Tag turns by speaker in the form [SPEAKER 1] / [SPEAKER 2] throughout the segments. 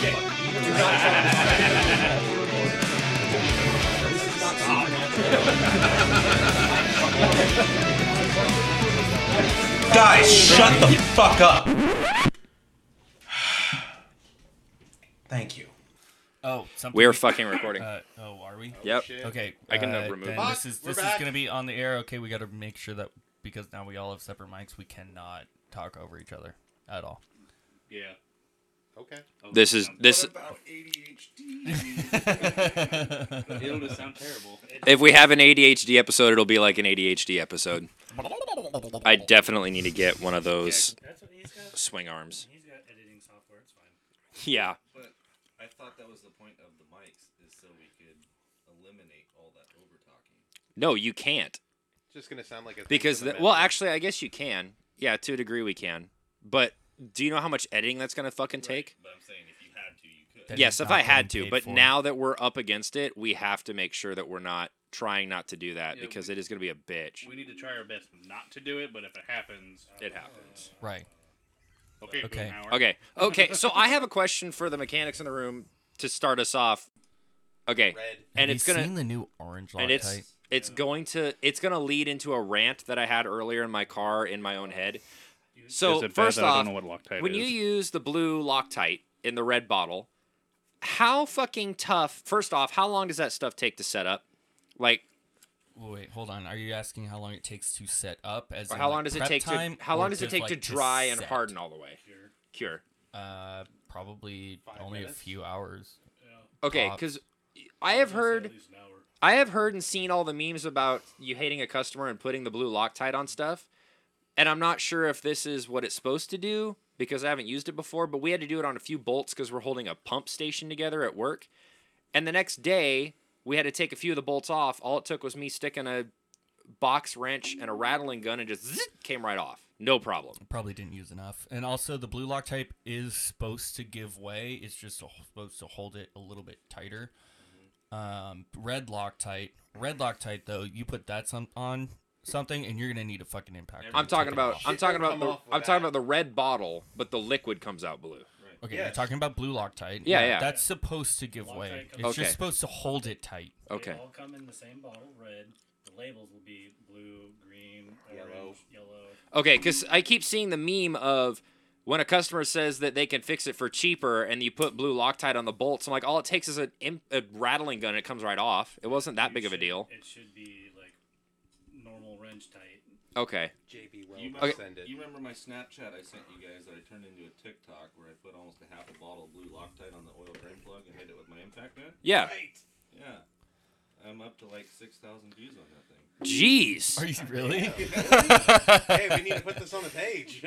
[SPEAKER 1] dick.
[SPEAKER 2] Guys, shut the fuck up. Thank you.
[SPEAKER 3] Oh, something.
[SPEAKER 4] We're fucking recording.
[SPEAKER 3] Uh, oh, are we?
[SPEAKER 4] yep.
[SPEAKER 3] Okay.
[SPEAKER 4] I can, uh,
[SPEAKER 3] uh,
[SPEAKER 4] remove
[SPEAKER 3] then
[SPEAKER 4] it.
[SPEAKER 3] This is
[SPEAKER 1] We're
[SPEAKER 3] this is
[SPEAKER 1] back.
[SPEAKER 3] gonna be on the air. Okay, we got to make sure that because now we all have separate mics, we cannot talk over each other at all.
[SPEAKER 1] Yeah. Okay.
[SPEAKER 4] This is this.
[SPEAKER 2] about ADHD?
[SPEAKER 1] It'll just sound terrible.
[SPEAKER 4] If we have an ADHD episode, it'll be like an ADHD episode. I definitely need to get one of those
[SPEAKER 1] That's what he's got.
[SPEAKER 4] swing arms.
[SPEAKER 1] He's got editing software. It's fine.
[SPEAKER 4] Yeah.
[SPEAKER 5] But I thought that was the point of the mics, is so we could eliminate all that over talking.
[SPEAKER 4] No, you can't
[SPEAKER 6] just gonna sound like a thing
[SPEAKER 4] because
[SPEAKER 6] for the
[SPEAKER 4] the, well,
[SPEAKER 6] men.
[SPEAKER 4] actually, I guess you can. Yeah, to a degree, we can. But do you know how much editing that's gonna fucking take?
[SPEAKER 5] But I'm saying if you had to, you could.
[SPEAKER 3] That
[SPEAKER 4] Yes,
[SPEAKER 3] is
[SPEAKER 4] if
[SPEAKER 3] not
[SPEAKER 4] I had
[SPEAKER 3] getting
[SPEAKER 4] to.
[SPEAKER 3] paid
[SPEAKER 4] But
[SPEAKER 3] for.
[SPEAKER 4] now that we're up against it, we have to make sure that we're not trying not to do that
[SPEAKER 1] Yeah,
[SPEAKER 4] because it is gonna be a bitch.
[SPEAKER 1] We need to try our best not to do it, but if it happens,
[SPEAKER 4] It happens.
[SPEAKER 3] right.
[SPEAKER 1] Okay.
[SPEAKER 3] Okay.
[SPEAKER 1] Boomhauer.
[SPEAKER 4] Okay. Okay. So I have a question for the mechanics in the room to start us off. Okay.
[SPEAKER 6] red.
[SPEAKER 4] And
[SPEAKER 3] have
[SPEAKER 4] it's
[SPEAKER 3] you
[SPEAKER 4] gonna
[SPEAKER 3] seen the new orange
[SPEAKER 4] and
[SPEAKER 3] Loctite.
[SPEAKER 4] it's it's going to it's gonna lead into a rant that I had earlier in my car in my own head.
[SPEAKER 1] Just
[SPEAKER 4] So
[SPEAKER 1] advise
[SPEAKER 4] first
[SPEAKER 1] that I
[SPEAKER 4] off,
[SPEAKER 1] don't know what Loctite
[SPEAKER 4] when
[SPEAKER 1] is.
[SPEAKER 4] you use the blue Loctite in the red bottle, how fucking tough? First off, how long does that stuff take to set up? Like,
[SPEAKER 3] Wait, hold on. Are you asking how long it takes to set up? As
[SPEAKER 4] or
[SPEAKER 3] in,
[SPEAKER 4] how
[SPEAKER 3] like,
[SPEAKER 4] long does it
[SPEAKER 3] prep
[SPEAKER 4] take to
[SPEAKER 3] time,
[SPEAKER 4] how
[SPEAKER 3] or
[SPEAKER 4] long does it
[SPEAKER 3] just,
[SPEAKER 4] take
[SPEAKER 3] like,
[SPEAKER 4] to dry and
[SPEAKER 3] set?
[SPEAKER 4] harden all the way? Cure.
[SPEAKER 3] Uh, probably only a few hours.
[SPEAKER 4] Okay,
[SPEAKER 3] Top.
[SPEAKER 4] because I have heard.
[SPEAKER 1] At least an hour.
[SPEAKER 4] I have heard and seen all the memes about you hating a customer and putting the blue Loctite on stuff. And I'm not sure if this is what it's supposed to do because I haven't used it before, but we had to do it on a few bolts because we're holding a pump station together at work. And the next day, we had to take a few of the bolts off. All it took was me sticking a box wrench and a rattling gun and just zzz, came right off. No problem.
[SPEAKER 3] Probably didn't use enough. And also, the blue lock type is supposed to give way. It's just supposed to hold it a little bit tighter. Um, red Loctite. Red Loctite, though, you put that some, on something, and you're gonna need a fucking impact.
[SPEAKER 4] I'm talking about I'm
[SPEAKER 6] Shit
[SPEAKER 4] talking
[SPEAKER 6] don't
[SPEAKER 4] about
[SPEAKER 6] come
[SPEAKER 4] the,
[SPEAKER 6] off with
[SPEAKER 4] I'm
[SPEAKER 6] that.
[SPEAKER 4] talking about the red bottle, but the liquid comes out blue.
[SPEAKER 3] Okay, you're
[SPEAKER 6] Yes.
[SPEAKER 3] talking about blue Loctite.
[SPEAKER 4] Yeah, yeah.
[SPEAKER 3] That's supposed to give way.
[SPEAKER 1] Loctite
[SPEAKER 3] It's
[SPEAKER 4] Okay.
[SPEAKER 3] just supposed to hold it tight.
[SPEAKER 4] Okay.
[SPEAKER 1] They all come in the same bottle, red. The labels will be blue, green, orange, yellow.
[SPEAKER 4] Okay, because I keep seeing the meme of when a customer says that they can fix it for cheaper, and you put blue Loctite on the bolts. I'm like, all it takes is a, imp- a rattling gun, and it comes right off. It wasn't that
[SPEAKER 1] It
[SPEAKER 4] big of a
[SPEAKER 1] should-
[SPEAKER 4] deal.
[SPEAKER 1] It should be like normal wrench tight.
[SPEAKER 4] Okay,
[SPEAKER 6] JB
[SPEAKER 5] You
[SPEAKER 6] Weld
[SPEAKER 5] must
[SPEAKER 4] Okay.
[SPEAKER 6] send it.
[SPEAKER 5] You remember my Snapchat I sent you guys that I turned into a TikTok where I put almost a half a bottle of blue Loctite on the oil drain plug and hit it with my impact gun?
[SPEAKER 4] yeah.
[SPEAKER 5] Yeah. I'm up to like 6,000 views on that thing.
[SPEAKER 4] Jeez,
[SPEAKER 3] Are you really?
[SPEAKER 6] hey, we need to put this on the page.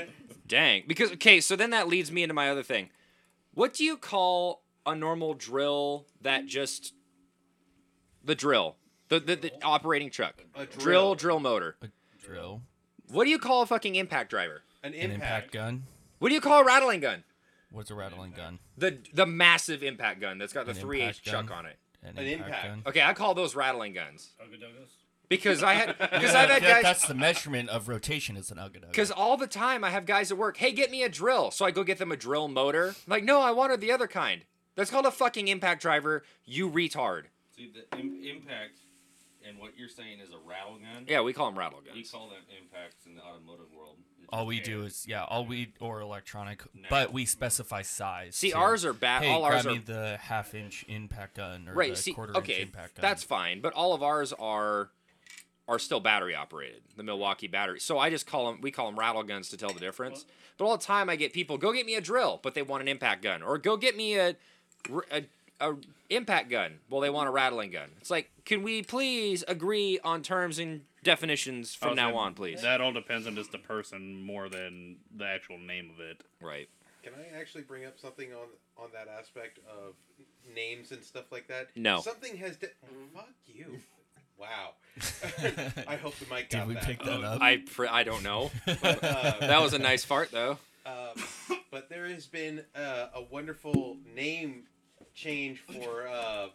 [SPEAKER 4] dang. Because okay, so then that leads me into my other thing. What do you call a normal drill that just the drill, the the, the operating truck,
[SPEAKER 6] A
[SPEAKER 4] drill, drill motor?
[SPEAKER 3] Drill.
[SPEAKER 4] What do you call a fucking impact driver?
[SPEAKER 6] an
[SPEAKER 3] An impact
[SPEAKER 6] impact.
[SPEAKER 3] gun.
[SPEAKER 4] What do you call a rattling gun?
[SPEAKER 3] What's a rattling gun?
[SPEAKER 4] The the massive impact gun that's got the
[SPEAKER 3] An
[SPEAKER 4] three H
[SPEAKER 3] impact gun?
[SPEAKER 4] chuck on it.
[SPEAKER 6] An impact.
[SPEAKER 4] Okay, I call those rattling guns
[SPEAKER 1] Ogadogos?
[SPEAKER 4] because I had because I've
[SPEAKER 3] That-
[SPEAKER 4] had guys
[SPEAKER 3] that's the measurement of rotation is an ugga
[SPEAKER 4] because all the time I have guys at work. Hey, get me a drill. So I go get them a drill motor. I'm like, no, I wanted the other kind. That's called a fucking impact driver. You retard.
[SPEAKER 5] See, the Im- impact and what you're saying is a rattle gun.
[SPEAKER 4] Yeah, we call them rattle
[SPEAKER 5] We
[SPEAKER 4] guns.
[SPEAKER 5] call them impacts in the automotive world. It's
[SPEAKER 3] All
[SPEAKER 5] just
[SPEAKER 3] we
[SPEAKER 5] air.
[SPEAKER 3] do is yeah, all we or electronic, but we specify size.
[SPEAKER 4] See,
[SPEAKER 3] too.
[SPEAKER 4] ours are bad.
[SPEAKER 3] Hey,
[SPEAKER 4] all ours
[SPEAKER 3] grab
[SPEAKER 4] are
[SPEAKER 3] me the half inch impact gun or the
[SPEAKER 4] right. See,
[SPEAKER 3] quarter inch
[SPEAKER 4] okay,
[SPEAKER 3] impact gun.
[SPEAKER 4] that's fine. But all of ours are are still battery operated. The Milwaukee battery. So I just call them. We call them rattle guns to tell the difference. But all the time I get people go get me a drill, but they want an impact gun, or go get me a r- a, a impact gun. Well, they want a rattling gun. It's like, can we please agree on terms and definitions
[SPEAKER 1] I
[SPEAKER 4] from
[SPEAKER 1] was
[SPEAKER 4] now
[SPEAKER 1] gonna-
[SPEAKER 4] on, please?
[SPEAKER 1] That all depends on just the person more than the actual name of it.
[SPEAKER 4] right.
[SPEAKER 6] Can I actually bring up something on on that aspect of names and stuff like that?
[SPEAKER 4] No.
[SPEAKER 6] Something has. De- Fuck you. Wow. I hope the mic got
[SPEAKER 3] Did we
[SPEAKER 6] that.
[SPEAKER 3] pick that up?
[SPEAKER 4] I pr- I don't know.
[SPEAKER 6] But, uh,
[SPEAKER 4] that was a nice fart though.
[SPEAKER 6] um, but there has been uh, a wonderful name change for uh,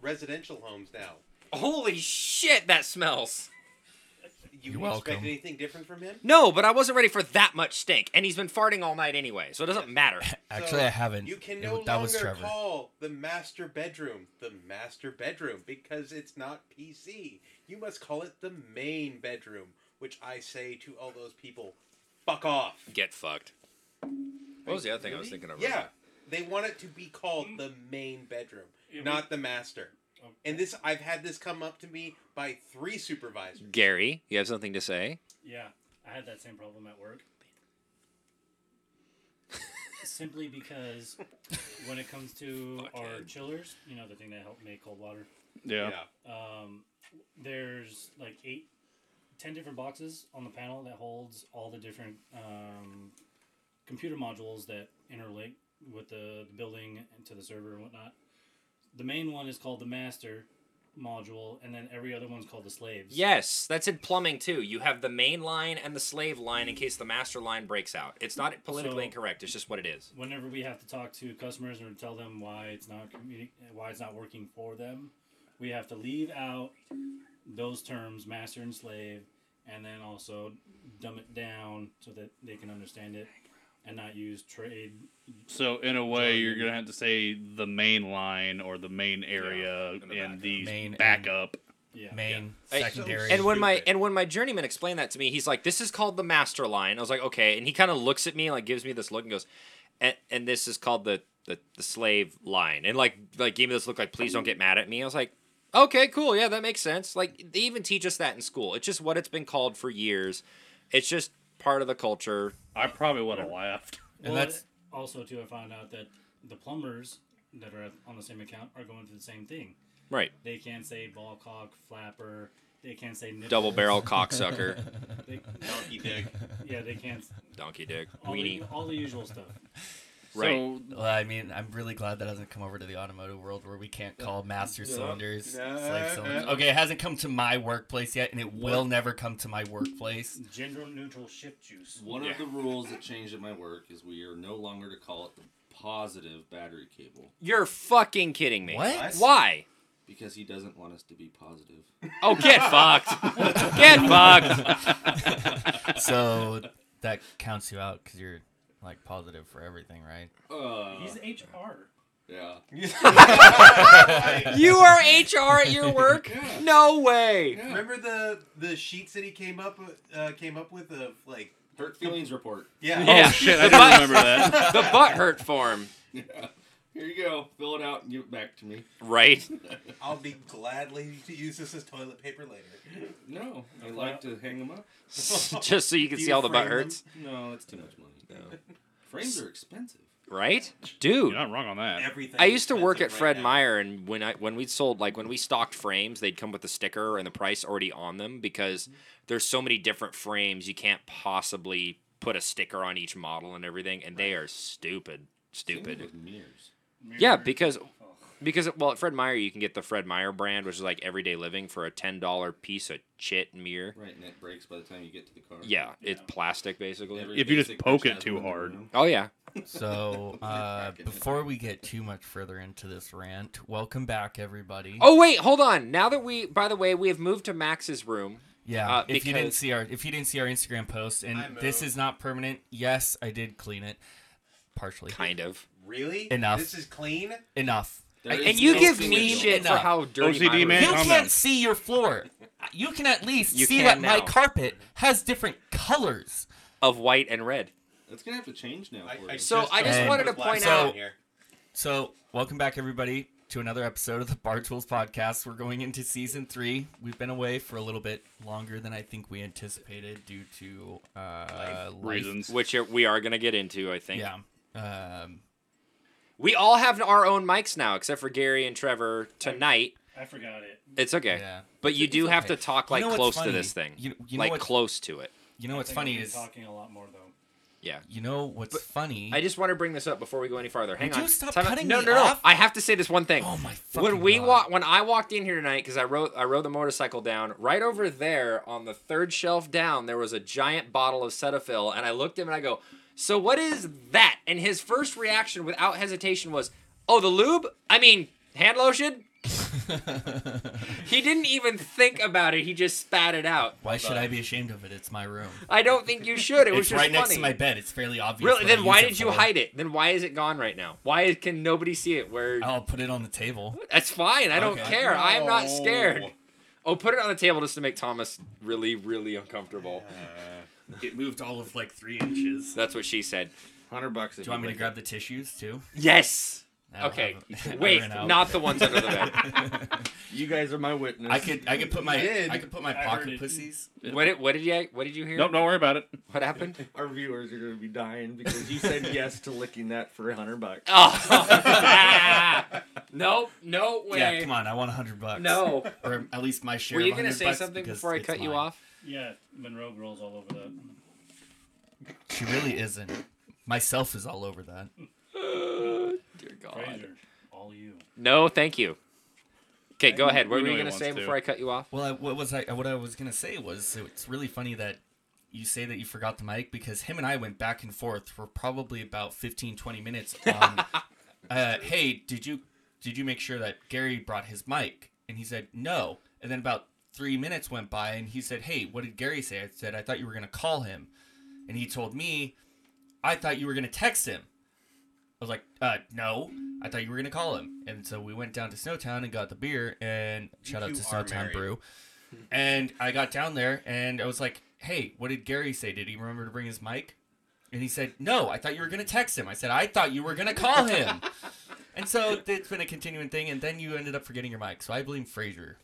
[SPEAKER 6] residential homes now.
[SPEAKER 4] Holy shit, that smells.
[SPEAKER 5] you
[SPEAKER 3] You're
[SPEAKER 5] expect
[SPEAKER 3] welcome.
[SPEAKER 5] anything different from him?
[SPEAKER 4] No, but I wasn't ready for that much stink, and he's been farting all night anyway, so it doesn't matter.
[SPEAKER 3] Actually,
[SPEAKER 5] So,
[SPEAKER 3] I haven't.
[SPEAKER 5] You can
[SPEAKER 3] It-
[SPEAKER 5] no
[SPEAKER 3] that
[SPEAKER 5] longer
[SPEAKER 3] was Trevor.
[SPEAKER 5] call the master bedroom the master bedroom because it's not PC. You must call it the main bedroom, which I say to all those people, fuck off.
[SPEAKER 4] Get fucked. What was the other thing I was thinking of?
[SPEAKER 5] Yeah, they want it to be called the main bedroom,
[SPEAKER 1] Yeah, we-
[SPEAKER 5] not the master. And this, I've had this come up to me by three supervisors.
[SPEAKER 4] Gary, you have something to say?
[SPEAKER 1] Yeah, I had that same problem at work. Simply because when it comes to our
[SPEAKER 4] Fuckhead.
[SPEAKER 1] chillers, you know, the thing that help make cold water,
[SPEAKER 7] Yeah.
[SPEAKER 1] um, there's like eight, ten different boxes on the panel that holds all the different um, computer modules that interlink with the, the building and to the server and whatnot. The main one is called the master module, and then every other one's called the slaves.
[SPEAKER 4] Yes, that's in plumbing too. You have the main line and the slave line in case the master line breaks out. It's not politically
[SPEAKER 1] So-
[SPEAKER 4] incorrect. It's just what it is.
[SPEAKER 1] whenever we have to talk to customers or tell them why it's not communi- why it's not working for them, we have to leave out those terms master and slave, and then also dumb it down so that they can understand it, and not use trade.
[SPEAKER 7] So in a
[SPEAKER 1] Jordan.
[SPEAKER 7] way, you're gonna have to say the main line or the main area and
[SPEAKER 8] in the
[SPEAKER 7] in
[SPEAKER 8] backup.
[SPEAKER 7] the
[SPEAKER 3] Main and-
[SPEAKER 7] backup.
[SPEAKER 1] Yeah,
[SPEAKER 3] Main,
[SPEAKER 4] Hey, so-
[SPEAKER 3] secondary.
[SPEAKER 4] And when my
[SPEAKER 8] Stupid.
[SPEAKER 4] and when my journeyman explained that to me, he's like, "This is called the master line." I was like, "Okay," and he kind of looks at me like gives me this look and goes, "And, and this is called the, the the slave line," and like like gave me this look like, "Please don't get mad at me." I was like, "Okay, cool, yeah, that makes sense." Like they even teach us that in school. It's just what it's been called for years. It's just part of the culture.
[SPEAKER 7] I probably would have laughed.
[SPEAKER 3] And
[SPEAKER 1] Well,
[SPEAKER 3] that's-
[SPEAKER 1] also too. I found out that the plumbers that are on the same account are going through the same thing.
[SPEAKER 4] Right.
[SPEAKER 1] They can't say ball cock flapper. They can't say nipples.
[SPEAKER 4] Double barrel cocksucker,
[SPEAKER 1] They,
[SPEAKER 5] Donkey dick.
[SPEAKER 1] yeah, they can't.
[SPEAKER 4] donkey dick,
[SPEAKER 1] All the,
[SPEAKER 4] weenie.
[SPEAKER 1] all the usual stuff.
[SPEAKER 4] Right.
[SPEAKER 7] So
[SPEAKER 3] Well, I mean, I'm really glad that hasn't come over to the automotive world where we can't call master cylinders
[SPEAKER 5] No.
[SPEAKER 3] slave cylinders. Okay, it hasn't come to my workplace yet, and it will never come to my workplace.
[SPEAKER 1] Gender neutral shift juice.
[SPEAKER 8] One of the rules that changed at my work is we are no longer to call it the positive battery cable
[SPEAKER 4] You're fucking kidding me.
[SPEAKER 3] What?
[SPEAKER 4] Why?
[SPEAKER 8] because he doesn't want us to be positive.
[SPEAKER 4] Oh, get fucked. Get fucked.
[SPEAKER 3] so that counts you out because you're like positive for everything, right?
[SPEAKER 8] Uh,
[SPEAKER 1] He's HR.
[SPEAKER 8] yeah.
[SPEAKER 4] You are HR at your work? No way.
[SPEAKER 5] Remember the the sheets that he came up uh, came up with of like
[SPEAKER 8] Hurt feelings report.
[SPEAKER 5] yeah.
[SPEAKER 4] Yeah.
[SPEAKER 7] oh shit, I
[SPEAKER 4] The
[SPEAKER 7] didn't
[SPEAKER 4] bu-
[SPEAKER 7] remember that.
[SPEAKER 4] The butt hurt form.
[SPEAKER 8] Here you go. Fill it out and give it back to me.
[SPEAKER 4] Right?
[SPEAKER 5] I'll be gladly to use this as toilet paper later.
[SPEAKER 8] No, I like to hang them up.
[SPEAKER 4] Just so you can
[SPEAKER 5] Do
[SPEAKER 4] see
[SPEAKER 5] you
[SPEAKER 4] all the butt
[SPEAKER 5] frame them?
[SPEAKER 4] hurts.
[SPEAKER 8] No, that's too much money. No. Frames are expensive.
[SPEAKER 4] Right?
[SPEAKER 7] You're
[SPEAKER 4] Dude.
[SPEAKER 7] not wrong on that.
[SPEAKER 5] Everything.
[SPEAKER 4] I used to
[SPEAKER 5] is
[SPEAKER 4] work at
[SPEAKER 5] expensive
[SPEAKER 4] Fred
[SPEAKER 5] right now.
[SPEAKER 4] Meyer, and when I when we sold like when we stocked frames, they'd come with the sticker and the price already on them because there's so many different frames you can't possibly put a sticker on each model and everything, and they are stupid,
[SPEAKER 8] Same
[SPEAKER 4] stupid.
[SPEAKER 8] With mirrors.
[SPEAKER 4] Yeah, because because well, at Fred Meyer you can get the Fred Meyer brand, which is like everyday living for a ten dollar piece of chit mirror.
[SPEAKER 8] Right, and it breaks by the time you get to the car.
[SPEAKER 4] Yeah, it's plastic basically.
[SPEAKER 8] Every
[SPEAKER 7] If you just
[SPEAKER 8] basic
[SPEAKER 7] poke
[SPEAKER 8] bitch
[SPEAKER 7] it
[SPEAKER 8] has
[SPEAKER 7] too
[SPEAKER 8] one in the
[SPEAKER 7] hard.
[SPEAKER 8] room.
[SPEAKER 4] oh yeah,
[SPEAKER 3] So uh,
[SPEAKER 8] Cracking it.
[SPEAKER 3] before we get too much further into this rant, welcome back, everybody.
[SPEAKER 4] Oh wait, hold on. Now that we, by the way, we have moved to Max's room.
[SPEAKER 3] Yeah,
[SPEAKER 4] Uh,
[SPEAKER 3] if you didn't
[SPEAKER 4] because-
[SPEAKER 3] see our if you didn't see our Instagram post,
[SPEAKER 5] I
[SPEAKER 3] and
[SPEAKER 5] moved.
[SPEAKER 3] this is not permanent. Yes, I did clean it, partially.
[SPEAKER 4] Kind of.
[SPEAKER 5] Really?
[SPEAKER 3] Enough.
[SPEAKER 5] This is clean.
[SPEAKER 3] Enough.
[SPEAKER 8] There is
[SPEAKER 4] and you
[SPEAKER 8] no
[SPEAKER 4] give
[SPEAKER 8] thing
[SPEAKER 4] me
[SPEAKER 8] that-
[SPEAKER 4] shit for
[SPEAKER 3] Enough.
[SPEAKER 4] how dirty
[SPEAKER 7] OCD
[SPEAKER 4] my
[SPEAKER 7] man.
[SPEAKER 4] room
[SPEAKER 3] you
[SPEAKER 4] is.
[SPEAKER 7] comment.
[SPEAKER 3] can't see your floor. You can at least
[SPEAKER 4] You
[SPEAKER 3] see
[SPEAKER 4] can
[SPEAKER 3] that my
[SPEAKER 4] now.
[SPEAKER 3] carpet has different colors.
[SPEAKER 4] of white and red.
[SPEAKER 8] It's gonna have to change now. for us.
[SPEAKER 4] So I just
[SPEAKER 3] Um,
[SPEAKER 4] wanted to
[SPEAKER 5] Black
[SPEAKER 4] point
[SPEAKER 5] Lives
[SPEAKER 3] out-
[SPEAKER 5] Matter here.
[SPEAKER 3] So, welcome back, everybody, to another episode of the Bar Tools Podcast. We're going into season three. We've been away for a little bit longer than I think we anticipated due to uh, life.
[SPEAKER 7] Reasons.
[SPEAKER 4] Which are- we are gonna get into, I think.
[SPEAKER 3] Yeah. Um,
[SPEAKER 4] We all have our own mics now, except for Gary and Trevor tonight.
[SPEAKER 1] I forgot it.
[SPEAKER 4] It's okay.
[SPEAKER 3] Yeah.
[SPEAKER 4] But you
[SPEAKER 3] It's
[SPEAKER 4] do have
[SPEAKER 3] okay.
[SPEAKER 4] to talk
[SPEAKER 3] You
[SPEAKER 4] like
[SPEAKER 3] know what's
[SPEAKER 4] close to
[SPEAKER 3] funny?
[SPEAKER 4] this thing.
[SPEAKER 3] You- you know
[SPEAKER 4] like
[SPEAKER 3] what-
[SPEAKER 4] close to it.
[SPEAKER 3] you know what's
[SPEAKER 1] I think I'll
[SPEAKER 3] funny
[SPEAKER 1] be
[SPEAKER 3] is
[SPEAKER 1] talking a lot more though.
[SPEAKER 4] Yeah.
[SPEAKER 3] you know what's funny.
[SPEAKER 4] I just want to bring this up before we go any farther. Hang
[SPEAKER 3] Would
[SPEAKER 4] on.
[SPEAKER 3] you stop
[SPEAKER 4] Time out.
[SPEAKER 3] cutting
[SPEAKER 4] no,
[SPEAKER 3] me
[SPEAKER 4] no, no.
[SPEAKER 3] off?
[SPEAKER 4] I have to say this one thing.
[SPEAKER 3] Oh my
[SPEAKER 4] When
[SPEAKER 3] fucking
[SPEAKER 4] we
[SPEAKER 3] God.
[SPEAKER 4] wa- when I walked in here tonight because I rode I rode the motorcycle down right over there on the third shelf down there was a giant bottle of Cetaphil and I looked at him and I go, "So what is that?" And his first reaction without hesitation was, "Oh, the lube? I mean, hand lotion?" He didn't even think about it. He just spat it out.
[SPEAKER 3] Why should I be ashamed of it? It's my room.
[SPEAKER 4] I don't think you should. It was
[SPEAKER 3] It's
[SPEAKER 4] just
[SPEAKER 3] right
[SPEAKER 4] funny.
[SPEAKER 3] next to my bed. It's fairly obvious.
[SPEAKER 4] Really?
[SPEAKER 3] what I
[SPEAKER 4] Then why
[SPEAKER 3] use
[SPEAKER 4] did you
[SPEAKER 3] for.
[SPEAKER 4] hide it? Then why is it gone right now? Why can nobody see it? Where?
[SPEAKER 3] I'll put it on the table.
[SPEAKER 4] That's fine. I don't
[SPEAKER 3] Oh. Okay.
[SPEAKER 4] care. I am not scared.
[SPEAKER 5] No.
[SPEAKER 4] Oh, put it on the table just to make Thomas really, really uncomfortable.
[SPEAKER 3] It moved all of like three inches.
[SPEAKER 4] That's what she said.
[SPEAKER 5] Hundred bucks.
[SPEAKER 3] Do you want me to grab the tissues too?
[SPEAKER 4] Yes.
[SPEAKER 3] I don't
[SPEAKER 4] Okay.
[SPEAKER 3] have a- I
[SPEAKER 4] Wait,
[SPEAKER 3] ran out.
[SPEAKER 4] not the ones under the bed.
[SPEAKER 5] You guys are my witness.
[SPEAKER 3] I could I could put my
[SPEAKER 6] did.
[SPEAKER 3] I could put my
[SPEAKER 1] I heard
[SPEAKER 3] pocket
[SPEAKER 1] it.
[SPEAKER 3] pussies.
[SPEAKER 4] What did, what did you What did you hear?
[SPEAKER 8] Nope, don't worry about it.
[SPEAKER 4] What happened?
[SPEAKER 5] Our viewers are gonna be dying because you said yes to licking that for hundred bucks.
[SPEAKER 4] Oh. nope. No way.
[SPEAKER 3] Yeah, come on, I want a hundred bucks.
[SPEAKER 4] No.
[SPEAKER 3] or at least my share.
[SPEAKER 4] Were you
[SPEAKER 3] going to
[SPEAKER 4] say something before I cut you off?
[SPEAKER 1] Yeah, Monroe rolls all over that.
[SPEAKER 3] She really isn't. Myself is all over that.
[SPEAKER 4] Dear God.
[SPEAKER 1] Fraser, all you.
[SPEAKER 4] No, thank you. Okay, go ahead. What
[SPEAKER 8] we
[SPEAKER 4] were
[SPEAKER 8] know
[SPEAKER 4] you
[SPEAKER 8] he
[SPEAKER 4] going to
[SPEAKER 8] wants
[SPEAKER 4] say
[SPEAKER 8] to.
[SPEAKER 4] before I cut you off?
[SPEAKER 3] Well, I, what was I? What I was gonna say was it's really funny that you say that you forgot the mic because him and I went back and forth for probably about 15, 20 minutes. On, uh, hey, did you did you make sure that Gary brought his mic? And he said no. And then about three minutes went by, and he said, "Hey, what did Gary say?" I said, "I thought you were gonna call him," and he told me, "I thought you were gonna text him." I was like, uh, no, I thought you were gonna call him. And so we went down to Snowtown and got the beer and shout out
[SPEAKER 6] two
[SPEAKER 3] to
[SPEAKER 6] are
[SPEAKER 3] Snowtown
[SPEAKER 6] married.
[SPEAKER 3] Brew. And I got down there and I was like, hey, what did Gary say? Did he remember to bring his mic? And he said, no, I thought you were gonna text him. I said, I thought you were gonna call him. and so it's been a continuing thing. And then you ended up forgetting your mic. So I blame Fraser.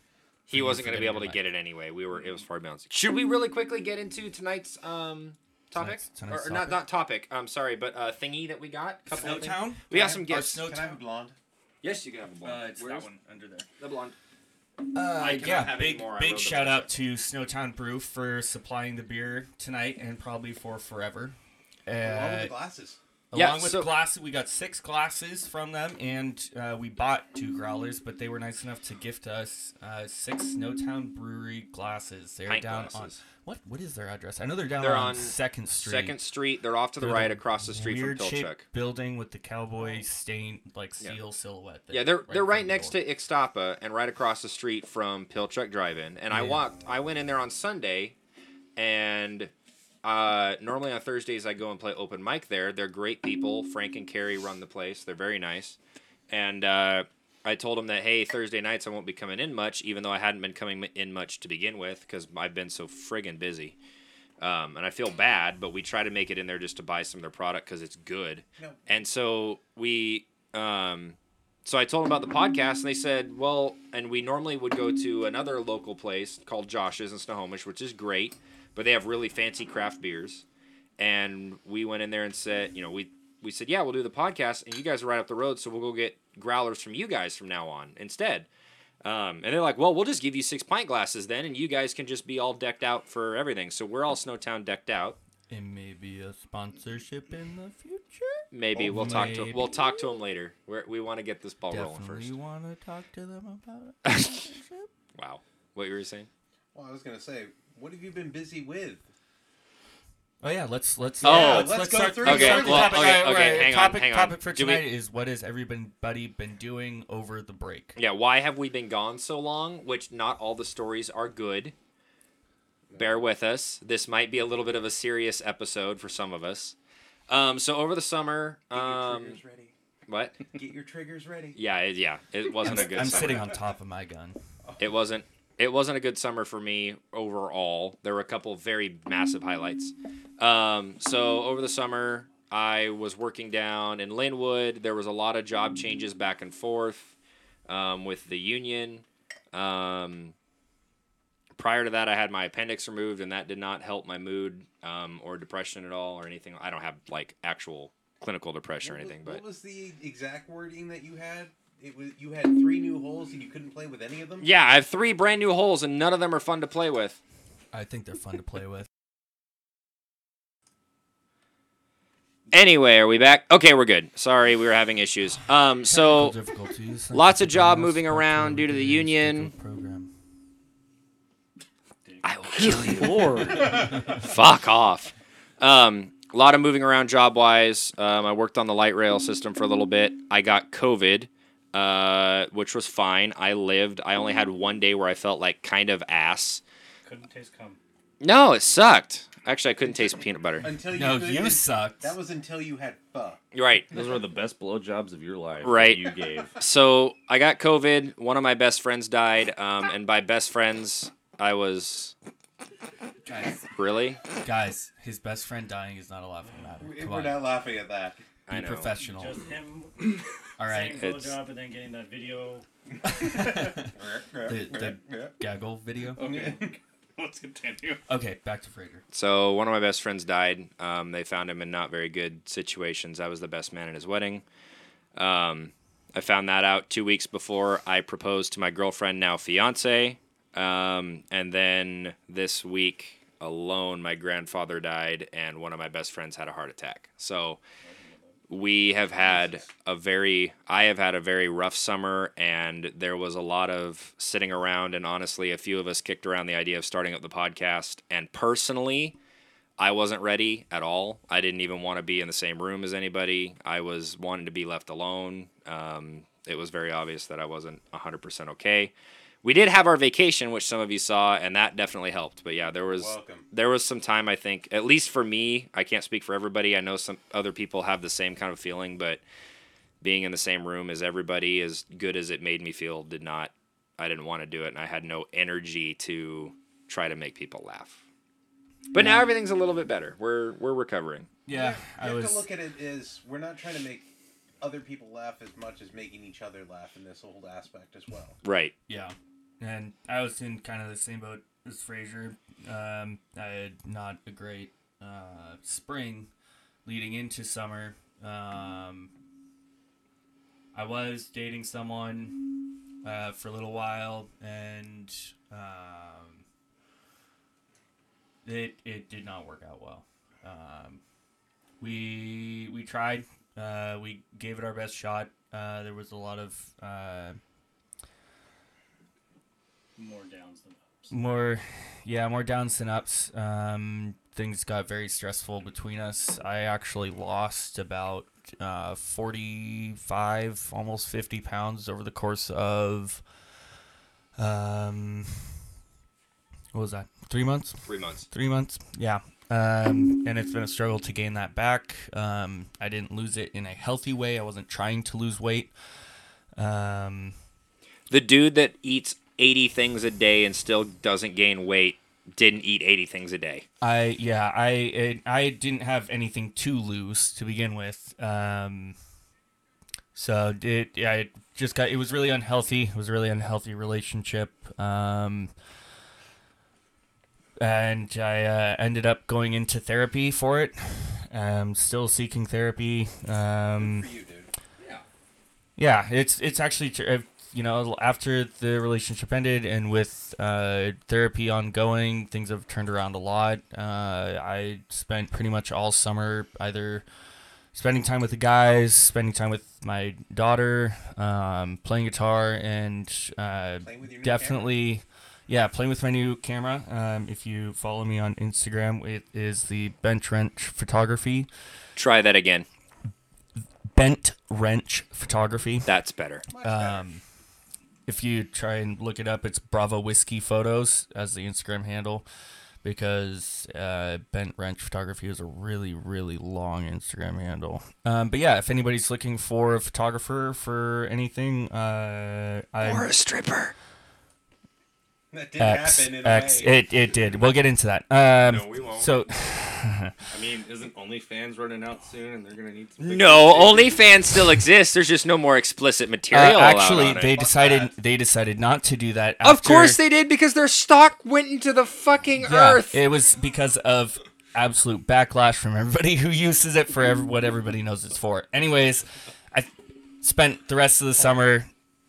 [SPEAKER 4] He wasn't going to be
[SPEAKER 3] forgetting
[SPEAKER 4] able to
[SPEAKER 3] your
[SPEAKER 4] get it anyway. We were it was far bouncing. Should we really quickly get into tonight's um topic
[SPEAKER 3] Tonight's- tonight's
[SPEAKER 4] or, or not
[SPEAKER 3] topic?
[SPEAKER 4] not topic? I'm sorry, but uh thingy that we got. Couple of things.
[SPEAKER 3] Snowtown?
[SPEAKER 4] We got some gifts.
[SPEAKER 3] Snowtown.
[SPEAKER 6] Can I have a blonde?
[SPEAKER 3] Uh,
[SPEAKER 4] Yes, you can have a blonde. Where's
[SPEAKER 3] under there.
[SPEAKER 4] the blonde?
[SPEAKER 3] Uh,
[SPEAKER 4] cannot
[SPEAKER 3] yeah,
[SPEAKER 4] have any
[SPEAKER 3] big
[SPEAKER 4] more. I
[SPEAKER 3] big
[SPEAKER 4] wrote them
[SPEAKER 3] shout out to Snowtown Brew for supplying the beer tonight and probably for forever.
[SPEAKER 6] Along with
[SPEAKER 3] Uh,
[SPEAKER 6] the glasses.
[SPEAKER 4] Yeah,
[SPEAKER 3] along with
[SPEAKER 4] so-
[SPEAKER 3] glasses, we got six glasses from them, and uh, we bought two growlers, but they were nice enough to gift us uh, six Snowtown Brewery glasses. They're
[SPEAKER 4] Pint
[SPEAKER 3] down
[SPEAKER 4] glasses.
[SPEAKER 3] on what? What is their address? I know they're down
[SPEAKER 4] They're
[SPEAKER 3] on,
[SPEAKER 4] on
[SPEAKER 3] Second Street.
[SPEAKER 4] Second Street. They're off to the
[SPEAKER 3] They're
[SPEAKER 4] right, across the street from
[SPEAKER 3] weird shaped
[SPEAKER 4] Pilchuck.
[SPEAKER 3] building with the cowboy stain like
[SPEAKER 4] Yeah.
[SPEAKER 3] seal silhouette.
[SPEAKER 4] Yeah, they're they're
[SPEAKER 3] in
[SPEAKER 4] right
[SPEAKER 3] front
[SPEAKER 4] next
[SPEAKER 3] of the
[SPEAKER 4] to Ixtapa and right across the street from Pilchuck Drive-In. And I
[SPEAKER 3] Yeah.
[SPEAKER 4] walked. I went in there on Sunday, and uh, normally on Thursdays I go and play open mic there. They're great people. Frank and Carrie run the place. They're very nice. And uh, I told them that hey, Thursday nights I won't be coming in much, even though I hadn't been coming in much to begin with because I've been so friggin' busy. Um, and I feel bad, but we try to make it in there just to buy some of their product because it's good.
[SPEAKER 6] No.
[SPEAKER 4] And so we, um, so I told them about the podcast, and they said, "Well," and we normally would go to another local place called Josh's in Snohomish, which is great, but they have really fancy craft beers. And we went in there and said, you know, we we said, yeah, we'll do the podcast, and you guys are right up the road, so we'll go get growlers from you guys from now on instead. Um, and they're like, well, we'll just give you six pint glasses then, and you guys can just be all decked out for everything. So we're all Snowtown decked out.
[SPEAKER 3] door. And maybe a sponsorship in the future.
[SPEAKER 4] Maybe
[SPEAKER 3] Oh,
[SPEAKER 4] we'll talk to
[SPEAKER 3] maybe.
[SPEAKER 4] we'll talk to them later. We're, we want to get this ball rolling
[SPEAKER 3] Definitely
[SPEAKER 4] first.
[SPEAKER 3] want to talk to them about a sponsorship.
[SPEAKER 4] Wow, what you were saying?
[SPEAKER 6] Well, I was gonna say, what have you been busy with?
[SPEAKER 3] Oh yeah, let's let's
[SPEAKER 4] Oh,
[SPEAKER 3] yeah,
[SPEAKER 6] let's go
[SPEAKER 3] start,
[SPEAKER 6] through-
[SPEAKER 3] let's
[SPEAKER 4] Okay,
[SPEAKER 3] start the
[SPEAKER 4] well,
[SPEAKER 3] topic.
[SPEAKER 4] okay,
[SPEAKER 3] All
[SPEAKER 4] okay, hang on,
[SPEAKER 3] topic,
[SPEAKER 4] hang on.
[SPEAKER 3] topic for
[SPEAKER 4] Do we-
[SPEAKER 3] tonight is what has everybody been doing over the break?
[SPEAKER 4] Yeah, why have we been gone so long? Which not all the stories are good. Bear with us. This might be a little bit of a serious episode for some of us. Um, so over the summer,
[SPEAKER 6] Get your
[SPEAKER 4] um,
[SPEAKER 6] triggers ready.
[SPEAKER 4] what?
[SPEAKER 6] Get your triggers ready.
[SPEAKER 4] Yeah, it, yeah, it
[SPEAKER 3] I'm,
[SPEAKER 4] wasn't a good.
[SPEAKER 3] I'm
[SPEAKER 4] summer.
[SPEAKER 3] sitting on top of my gun.
[SPEAKER 4] It wasn't. It wasn't a good summer for me overall. There were a couple of very massive highlights. Um, so over the summer, I was working down in Linwood. There was a lot of job changes back and forth um, with the union. Um, prior to that, I had my appendix removed, and that did not help my mood um, or depression at all, or anything. I don't have like actual clinical depression or
[SPEAKER 6] What was-
[SPEAKER 4] anything,
[SPEAKER 6] What
[SPEAKER 4] but
[SPEAKER 6] was the exact wording that you had? It was you had three new holes and you couldn't play with any of them.
[SPEAKER 4] yeah, I have three brand new holes, and none of them are fun to play with.
[SPEAKER 3] I think they're fun to play with.
[SPEAKER 4] Anyway, are we back? Okay, we're good. Sorry, we were having issues. Um, so
[SPEAKER 3] Technical difficulties.
[SPEAKER 4] lots of job
[SPEAKER 3] Technical
[SPEAKER 4] moving
[SPEAKER 3] difficulties.
[SPEAKER 4] around due to the union.
[SPEAKER 3] Program.
[SPEAKER 4] I will kill you. Fuck off. Um, a lot of moving around job wise. Um, I worked on the light rail system for a little bit. I got COVID. uh, which was fine. I lived. I only had one day where I felt like kind of ass.
[SPEAKER 1] Couldn't taste cum.
[SPEAKER 4] No, it sucked. Actually, I couldn't taste peanut butter.
[SPEAKER 6] Until you
[SPEAKER 3] No,
[SPEAKER 6] could-
[SPEAKER 3] you sucked.
[SPEAKER 6] That was until you had pho.
[SPEAKER 4] You're right.
[SPEAKER 5] Those were the best blowjobs of your life. that
[SPEAKER 4] Right.
[SPEAKER 5] You gave.
[SPEAKER 4] So I got COVID. One of my best friends died. Um, and by best friends, I was
[SPEAKER 3] guys,
[SPEAKER 4] really.
[SPEAKER 3] guys, his best friend dying is not a laughing matter.
[SPEAKER 6] We're
[SPEAKER 3] Come on,
[SPEAKER 6] not laughing at that.
[SPEAKER 4] I
[SPEAKER 3] be
[SPEAKER 4] know.
[SPEAKER 3] professional.
[SPEAKER 1] Just him
[SPEAKER 3] All
[SPEAKER 1] right.
[SPEAKER 3] right,
[SPEAKER 1] saying
[SPEAKER 4] it's-
[SPEAKER 1] blowjob and then getting that video.
[SPEAKER 3] the, the gaggle video.
[SPEAKER 8] Okay. Let's continue.
[SPEAKER 3] Okay, back to Frager.
[SPEAKER 4] So one of my best friends died. Um, they found him in not very good situations. I was the best man at his wedding. Um, I found that out two weeks before I proposed to my girlfriend, now fiance. Um, and then this week alone, my grandfather died, and one of my best friends had a heart attack. So we have had a very i have had a very rough summer and there was a lot of sitting around and honestly a few of us kicked around the idea of starting up the podcast and personally i wasn't ready at all i didn't even want to be in the same room as anybody i was wanting to be left alone um, it was very obvious that i wasn't 100% okay we did have our vacation which some of you saw and that definitely helped but yeah there was
[SPEAKER 6] Welcome.
[SPEAKER 4] there was some time I think, at least for me, I can't speak for everybody. I know some other people have the same kind of feeling, but being in the same room as everybody, as good as it made me feel, did not. I didn't want to do it, and I had no energy to try to make people laugh. But now everything's a little bit better. We're we're recovering.
[SPEAKER 3] Yeah,
[SPEAKER 6] You
[SPEAKER 3] I
[SPEAKER 6] have
[SPEAKER 3] was.
[SPEAKER 6] to look at it as we're not trying to make other people laugh as much as making each other laugh in this whole aspect as well.
[SPEAKER 4] Right.
[SPEAKER 3] Yeah, and I was in kind of the same boat as Fraser. Um, I had not a great uh, spring leading into summer. Um, I was dating someone uh, for a little while, and um, it it did not work out well. Um, we we tried. Uh, we gave it our best shot. Uh, there was a lot of. Uh,
[SPEAKER 1] More downs than ups.
[SPEAKER 3] more yeah more downs than ups um things got very stressful between us i actually lost about uh 45 almost 50 pounds over the course of um what was that three months
[SPEAKER 4] Three months.
[SPEAKER 3] three months yeah um, and it's been a struggle to gain that back um, i didn't lose it in a healthy way i wasn't trying to lose weight um,
[SPEAKER 4] The dude that eats eighty things a day and still doesn't gain weight didn't eat eighty things a day.
[SPEAKER 3] I yeah I it, I didn't have anything to lose to begin with, um, so it yeah, it just got it was really unhealthy. It was a really unhealthy relationship, um, and I uh, ended up going into therapy for it. Um, still seeking therapy. Um,
[SPEAKER 6] For you, dude.
[SPEAKER 3] yeah, it's it's actually tr- uh, you know after the relationship ended and with uh, therapy ongoing, things have turned around a lot. Uh, I spent pretty much all summer either spending time with the guys, spending time with my daughter, um, playing guitar, and uh,
[SPEAKER 6] Playing with your new
[SPEAKER 3] definitely. Yeah, playing with my new camera. Um, if you follow me on Instagram, it is the Bench Wrench Photography.
[SPEAKER 4] Try that again.
[SPEAKER 3] Bent Wrench Photography.
[SPEAKER 4] That's better.
[SPEAKER 3] Um, if you try and look it up, it's Bravo Whiskey Photos as the Instagram handle because uh, Bent Wrench Photography is a really, really long Instagram handle. Um, but yeah, if anybody's looking for a photographer for anything, uh, I'm
[SPEAKER 4] Or a stripper.
[SPEAKER 6] That did
[SPEAKER 3] X,
[SPEAKER 6] happen in
[SPEAKER 3] X,
[SPEAKER 6] a way.
[SPEAKER 3] it, it did. We'll get into that. Um,
[SPEAKER 5] No, we won't.
[SPEAKER 3] So,
[SPEAKER 5] I mean, isn't OnlyFans running out soon, and they're gonna need some?
[SPEAKER 4] No,
[SPEAKER 5] pictures?
[SPEAKER 4] OnlyFans still exists. There's just no more explicit
[SPEAKER 3] uh,
[SPEAKER 4] material. allowed
[SPEAKER 3] actually,
[SPEAKER 4] on it.
[SPEAKER 3] they decided they decided not to do that.
[SPEAKER 4] of
[SPEAKER 3] after-
[SPEAKER 4] course they did because their stock went into the fucking
[SPEAKER 3] Yeah,
[SPEAKER 4] earth.
[SPEAKER 3] It was because of absolute backlash from everybody who uses it for ev- what everybody knows it's for. Anyways, I spent the rest of the summer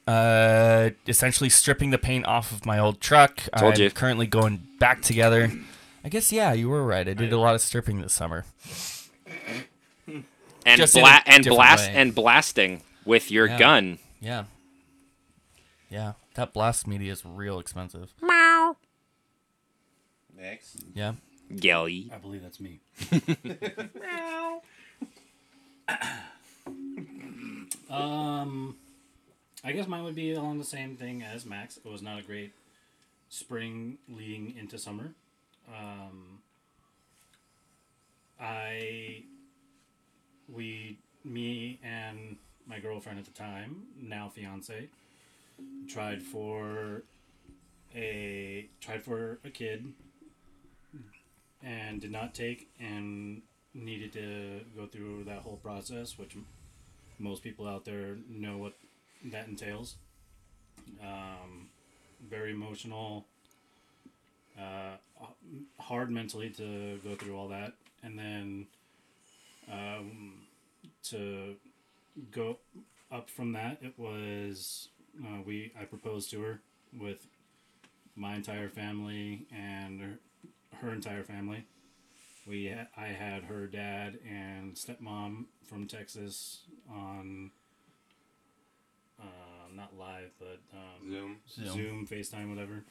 [SPEAKER 3] uh, essentially stripping the paint off of my old truck.
[SPEAKER 4] Told
[SPEAKER 3] I'm
[SPEAKER 4] you.
[SPEAKER 3] currently going back together. I guess yeah, you were right. I did a lot of stripping this summer.
[SPEAKER 4] and
[SPEAKER 3] just in a
[SPEAKER 4] bla- and
[SPEAKER 3] different
[SPEAKER 4] blast
[SPEAKER 3] way.
[SPEAKER 4] and blasting with your
[SPEAKER 3] Yeah.
[SPEAKER 4] gun.
[SPEAKER 3] Yeah. Yeah, that blast media is real expensive.
[SPEAKER 6] Next.
[SPEAKER 3] Yeah.
[SPEAKER 4] Gilly.
[SPEAKER 1] I believe that's me. um, I guess mine would be along the same thing as Max. It was not a great spring leading into summer. Um, I, we, me and my girlfriend at the time, now fiance, tried for a tried for a kid and did not take and needed to go through that whole process, which m- most people out there know what that entails. Um, very emotional, uh, h- hard mentally to go through all that, and then um, to go up from that, it was uh, we I proposed to her with my entire family and her, her entire family. We ha- I had her dad and stepmom from Texas on uh, not live but um,
[SPEAKER 6] Zoom.
[SPEAKER 3] Zoom.
[SPEAKER 1] Zoom, FaceTime, whatever.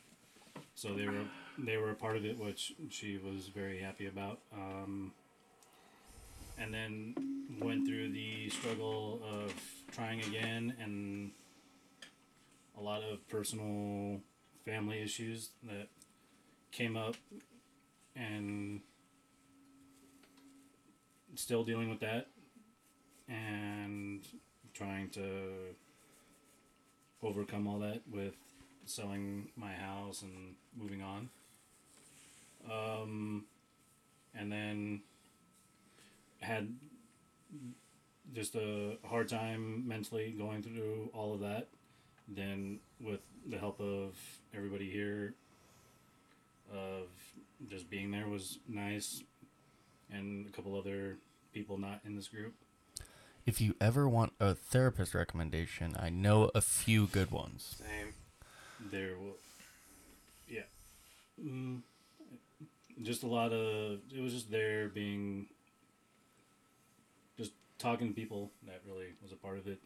[SPEAKER 1] So they were they were a part of it, which she was very happy about. Um, and then went through the struggle of trying again and a lot of personal family issues that came up and still dealing with that and trying to overcome all that with selling my house and moving on. Um, and then had just a hard time mentally going through all of that. Then, with the help of everybody here, of just being there was nice, and a couple other people not in this group.
[SPEAKER 3] If you ever want a therapist recommendation, I know a few good ones.
[SPEAKER 6] Same.
[SPEAKER 1] there wa yeah mm, just a lot of it was just there being just talking to people that really was a part of it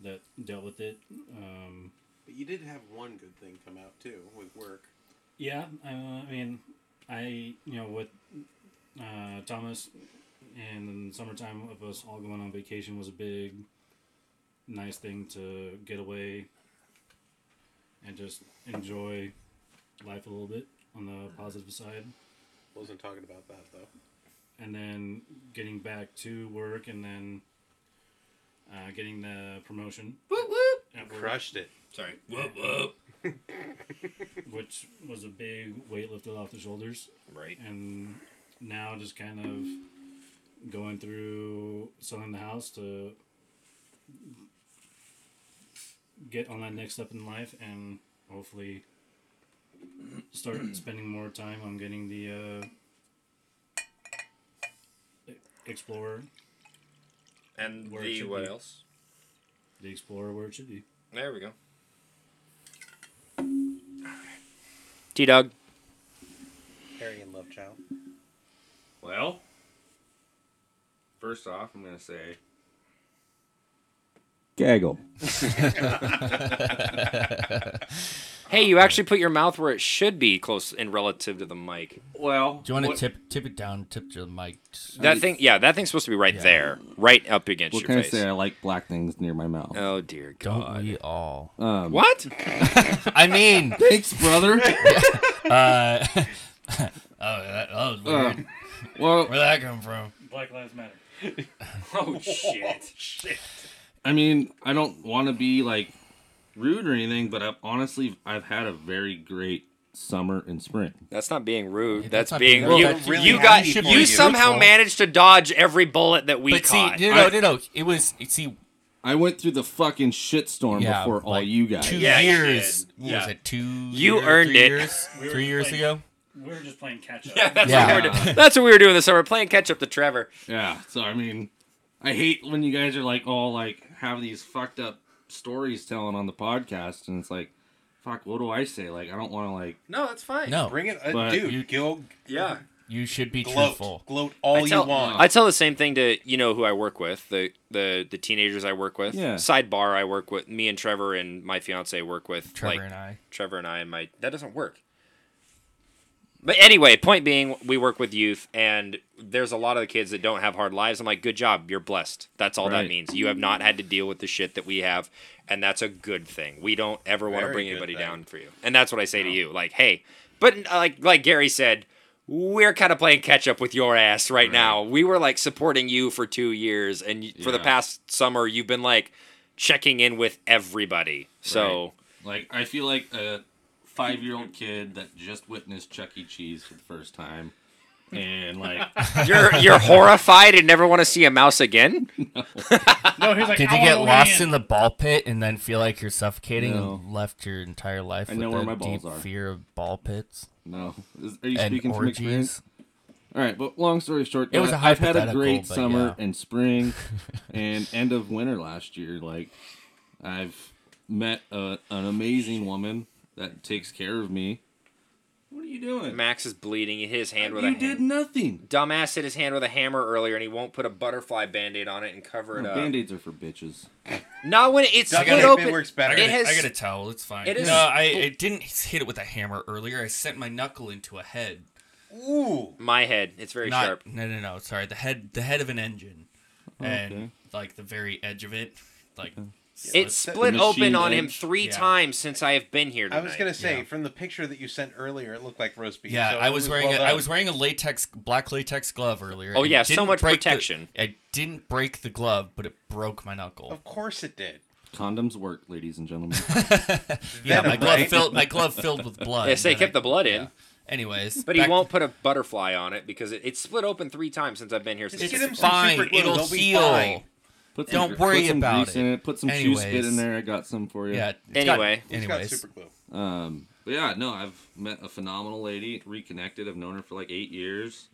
[SPEAKER 1] that dealt with it um
[SPEAKER 6] But you did have one good thing come out too with work.
[SPEAKER 1] Yeah, uh, I mean, I you know with uh, Thomas and summertime of us all going on vacation was a big, nice thing to get away and just enjoy life a little bit on the positive side,
[SPEAKER 6] Wasn't talking about that though.
[SPEAKER 1] and then getting back to work and then uh, getting the promotion. Whoop whoop! At work.
[SPEAKER 6] Crushed it.
[SPEAKER 3] Sorry.
[SPEAKER 1] which was a big weight lifted off the shoulders.
[SPEAKER 3] Right.
[SPEAKER 1] And now just kind of going through selling the house to get on that next step in life and hopefully start spending more time on getting the uh, e- Explorer,
[SPEAKER 4] And
[SPEAKER 1] Where it
[SPEAKER 4] the
[SPEAKER 1] should
[SPEAKER 4] what
[SPEAKER 1] be.
[SPEAKER 4] else?
[SPEAKER 1] the Explorer where it should be.
[SPEAKER 4] There we go. T Dog.
[SPEAKER 6] Harry and Love Child.
[SPEAKER 5] Well, first off, I'm gonna say
[SPEAKER 9] Gaggle.
[SPEAKER 4] Hey, you actually put your mouth where it should be, close and relative to the mic.
[SPEAKER 5] Well,
[SPEAKER 3] Do you want to
[SPEAKER 5] what-
[SPEAKER 3] tip tip it down? Tip to the mic.
[SPEAKER 4] That thing, yeah, that thing's supposed to be right
[SPEAKER 3] Yeah.
[SPEAKER 4] there, right up against
[SPEAKER 9] What
[SPEAKER 4] your
[SPEAKER 9] can I
[SPEAKER 4] face.
[SPEAKER 9] say? I like black things near my mouth.
[SPEAKER 4] Oh dear
[SPEAKER 3] Don't
[SPEAKER 4] God!
[SPEAKER 3] we all?
[SPEAKER 9] Um,
[SPEAKER 4] What?
[SPEAKER 3] I mean,
[SPEAKER 9] Thanks, brother.
[SPEAKER 3] uh, oh, that, that was
[SPEAKER 8] Uh.
[SPEAKER 3] weird.
[SPEAKER 9] Uh, well,
[SPEAKER 3] Where'd that come from?
[SPEAKER 1] Black Lives Matter.
[SPEAKER 4] Oh shit!
[SPEAKER 9] I mean, I don't want to be like rude or anything, but I've honestly I've had a very great summer and spring.
[SPEAKER 4] That's not being rude.
[SPEAKER 3] Yeah, that's
[SPEAKER 4] that's
[SPEAKER 3] not
[SPEAKER 4] being
[SPEAKER 3] being rude.
[SPEAKER 4] you.
[SPEAKER 3] That's
[SPEAKER 6] really
[SPEAKER 4] you
[SPEAKER 6] happy
[SPEAKER 4] got
[SPEAKER 6] for
[SPEAKER 4] you
[SPEAKER 6] you.
[SPEAKER 4] somehow
[SPEAKER 9] Well-
[SPEAKER 4] managed to dodge every bullet that we
[SPEAKER 3] but
[SPEAKER 4] caught.
[SPEAKER 3] see, no, no, no, no. It was see
[SPEAKER 9] I went through the fucking shitstorm
[SPEAKER 3] Yeah,
[SPEAKER 9] before all
[SPEAKER 3] like
[SPEAKER 9] you
[SPEAKER 8] Uh,
[SPEAKER 9] guys.
[SPEAKER 3] two
[SPEAKER 4] Yeah, you
[SPEAKER 3] years.
[SPEAKER 4] did.
[SPEAKER 3] what
[SPEAKER 4] Yeah.
[SPEAKER 3] Was it two?
[SPEAKER 4] You
[SPEAKER 3] year-
[SPEAKER 4] earned
[SPEAKER 3] three
[SPEAKER 4] it.
[SPEAKER 3] Years,
[SPEAKER 1] We were
[SPEAKER 3] three years
[SPEAKER 1] like-
[SPEAKER 3] ago.
[SPEAKER 1] We were just playing catch up.
[SPEAKER 4] yeah, that's
[SPEAKER 3] Yeah.
[SPEAKER 4] what we were doing. That's what we were doing this summer, playing catch up to Trevor.
[SPEAKER 9] Yeah, so I mean, I hate when you guys are like all like have these fucked up stories telling on the podcast, and it's like, fuck, what do I say? Like, I don't want to like.
[SPEAKER 4] No, that's fine.
[SPEAKER 3] No,
[SPEAKER 6] Bring it, uh,
[SPEAKER 9] But
[SPEAKER 6] dude.
[SPEAKER 3] you-
[SPEAKER 6] Gil,
[SPEAKER 4] Yeah.
[SPEAKER 3] you should be
[SPEAKER 6] gloat,
[SPEAKER 3] truthful.
[SPEAKER 6] gloat all
[SPEAKER 4] I tell,
[SPEAKER 6] you want.
[SPEAKER 4] I tell the same thing to you know who I work with, the the the teenagers I work with.
[SPEAKER 9] Yeah.
[SPEAKER 4] Sidebar I work with me and Trevor and my fiance work with
[SPEAKER 3] Trevor
[SPEAKER 4] like
[SPEAKER 3] and I.
[SPEAKER 4] Trevor and I and my that doesn't work. But anyway, point being, we work with youth, and there's a lot of the kids that don't have hard lives. I'm like, good job, you're blessed. That's all that
[SPEAKER 8] Right.
[SPEAKER 4] means. You have not had to deal with the shit that we have, and that's a good thing. We don't ever want to
[SPEAKER 6] Very
[SPEAKER 4] bring
[SPEAKER 6] good
[SPEAKER 4] anybody
[SPEAKER 6] thing.
[SPEAKER 4] down for you, and that's what I say to you. Like, hey, but uh, like like Gary said, we're kind of playing catch up with your ass right, now. We were like supporting you for two years, and y for the
[SPEAKER 8] Yeah.
[SPEAKER 4] past summer, you've been like checking in with everybody. So.
[SPEAKER 8] Like I feel like a five-year-old kid that just witnessed Chuck E. Cheese for the first time, and like
[SPEAKER 4] You're you're horrified and never want to see a mouse again.
[SPEAKER 1] No, he's like,
[SPEAKER 3] Did
[SPEAKER 1] "I
[SPEAKER 3] you get
[SPEAKER 1] wanna
[SPEAKER 3] lost
[SPEAKER 1] win."
[SPEAKER 3] in the ball pit and then feel like you're suffocating
[SPEAKER 8] No.
[SPEAKER 3] and left your entire life
[SPEAKER 8] I
[SPEAKER 3] with
[SPEAKER 8] know where
[SPEAKER 3] a
[SPEAKER 8] my balls
[SPEAKER 3] deep
[SPEAKER 8] are.
[SPEAKER 3] fear of ball pits
[SPEAKER 8] no, Is- are you
[SPEAKER 3] and
[SPEAKER 8] speaking from experience?
[SPEAKER 3] orgies?
[SPEAKER 8] All right, but long story short,
[SPEAKER 3] It was a
[SPEAKER 8] I- I've had a
[SPEAKER 3] hypothetical,
[SPEAKER 8] great
[SPEAKER 3] but
[SPEAKER 8] summer
[SPEAKER 3] yeah.
[SPEAKER 8] and spring and end of winter last year. Like, I've met a, an amazing woman that takes care of me. What are you doing?
[SPEAKER 4] Max is bleeding. He hit his hand with a
[SPEAKER 8] you did
[SPEAKER 4] ham-
[SPEAKER 8] nothing.
[SPEAKER 4] dumbass hit his hand with a hammer earlier, and he won't put a butterfly band-aid on it and cover it
[SPEAKER 8] No,
[SPEAKER 4] up.
[SPEAKER 8] Band-aids are for bitches.
[SPEAKER 4] Not when it's
[SPEAKER 6] Duct
[SPEAKER 4] split
[SPEAKER 6] tape,
[SPEAKER 4] open.
[SPEAKER 6] it works better.
[SPEAKER 3] I got,
[SPEAKER 4] It
[SPEAKER 3] a-
[SPEAKER 4] has-
[SPEAKER 3] I got a towel. It's fine.
[SPEAKER 4] it is-
[SPEAKER 3] no, I, I didn't hit it with a hammer earlier. I sent my knuckle into a head.
[SPEAKER 6] Ooh.
[SPEAKER 4] My head. It's very
[SPEAKER 3] Not,
[SPEAKER 4] sharp.
[SPEAKER 3] No, no, no. Sorry, the head, the head of an engine, and
[SPEAKER 8] okay.
[SPEAKER 3] like the very edge of it, like slit.
[SPEAKER 4] It split
[SPEAKER 8] The
[SPEAKER 4] open
[SPEAKER 8] machine
[SPEAKER 4] on him
[SPEAKER 8] edge.
[SPEAKER 4] three
[SPEAKER 3] Yeah.
[SPEAKER 4] times since I have been here
[SPEAKER 6] I
[SPEAKER 4] tonight.
[SPEAKER 6] was gonna say
[SPEAKER 3] Yeah.
[SPEAKER 6] from the picture that you sent earlier, it looked like roast beef.
[SPEAKER 3] Yeah,
[SPEAKER 6] so
[SPEAKER 3] I
[SPEAKER 6] it
[SPEAKER 3] was wearing
[SPEAKER 6] well
[SPEAKER 3] a, I
[SPEAKER 6] done.
[SPEAKER 3] was wearing a latex black latex glove earlier.
[SPEAKER 4] Oh,
[SPEAKER 3] It
[SPEAKER 4] yeah, so
[SPEAKER 3] didn't
[SPEAKER 4] much
[SPEAKER 3] break the-
[SPEAKER 4] protection.
[SPEAKER 3] I didn't break the glove, but it broke my knuckle.
[SPEAKER 6] Of course it did.
[SPEAKER 8] Condoms work, ladies and gentlemen.
[SPEAKER 3] yeah, my
[SPEAKER 6] Venom,
[SPEAKER 3] glove
[SPEAKER 6] right?
[SPEAKER 3] filled my glove filled with blood.
[SPEAKER 4] Oh, Yes, they
[SPEAKER 3] and
[SPEAKER 4] kept
[SPEAKER 3] I-
[SPEAKER 4] the blood in.
[SPEAKER 3] yeah. Anyways,
[SPEAKER 4] But he
[SPEAKER 3] back-
[SPEAKER 4] won't put a butterfly on it because it, it's split open three times since I've been here. Since
[SPEAKER 6] Just get him
[SPEAKER 3] It's
[SPEAKER 6] some
[SPEAKER 3] fine.
[SPEAKER 6] super glue,
[SPEAKER 3] It'll
[SPEAKER 6] they'll be
[SPEAKER 3] heal.
[SPEAKER 6] fine.
[SPEAKER 8] Put some,
[SPEAKER 3] Don't
[SPEAKER 8] gr-
[SPEAKER 3] worry
[SPEAKER 8] put some
[SPEAKER 3] about
[SPEAKER 8] grease
[SPEAKER 3] it.
[SPEAKER 8] in it. Put some shoe spit
[SPEAKER 3] Anyways.
[SPEAKER 8] in there. I got some for you.
[SPEAKER 3] Yeah. it's
[SPEAKER 4] Anyway.
[SPEAKER 3] Got,
[SPEAKER 6] He's got
[SPEAKER 3] anyways,
[SPEAKER 6] super glue.
[SPEAKER 8] Um, but yeah, no, I've met a phenomenal lady, reconnected. I've known her for like eight years.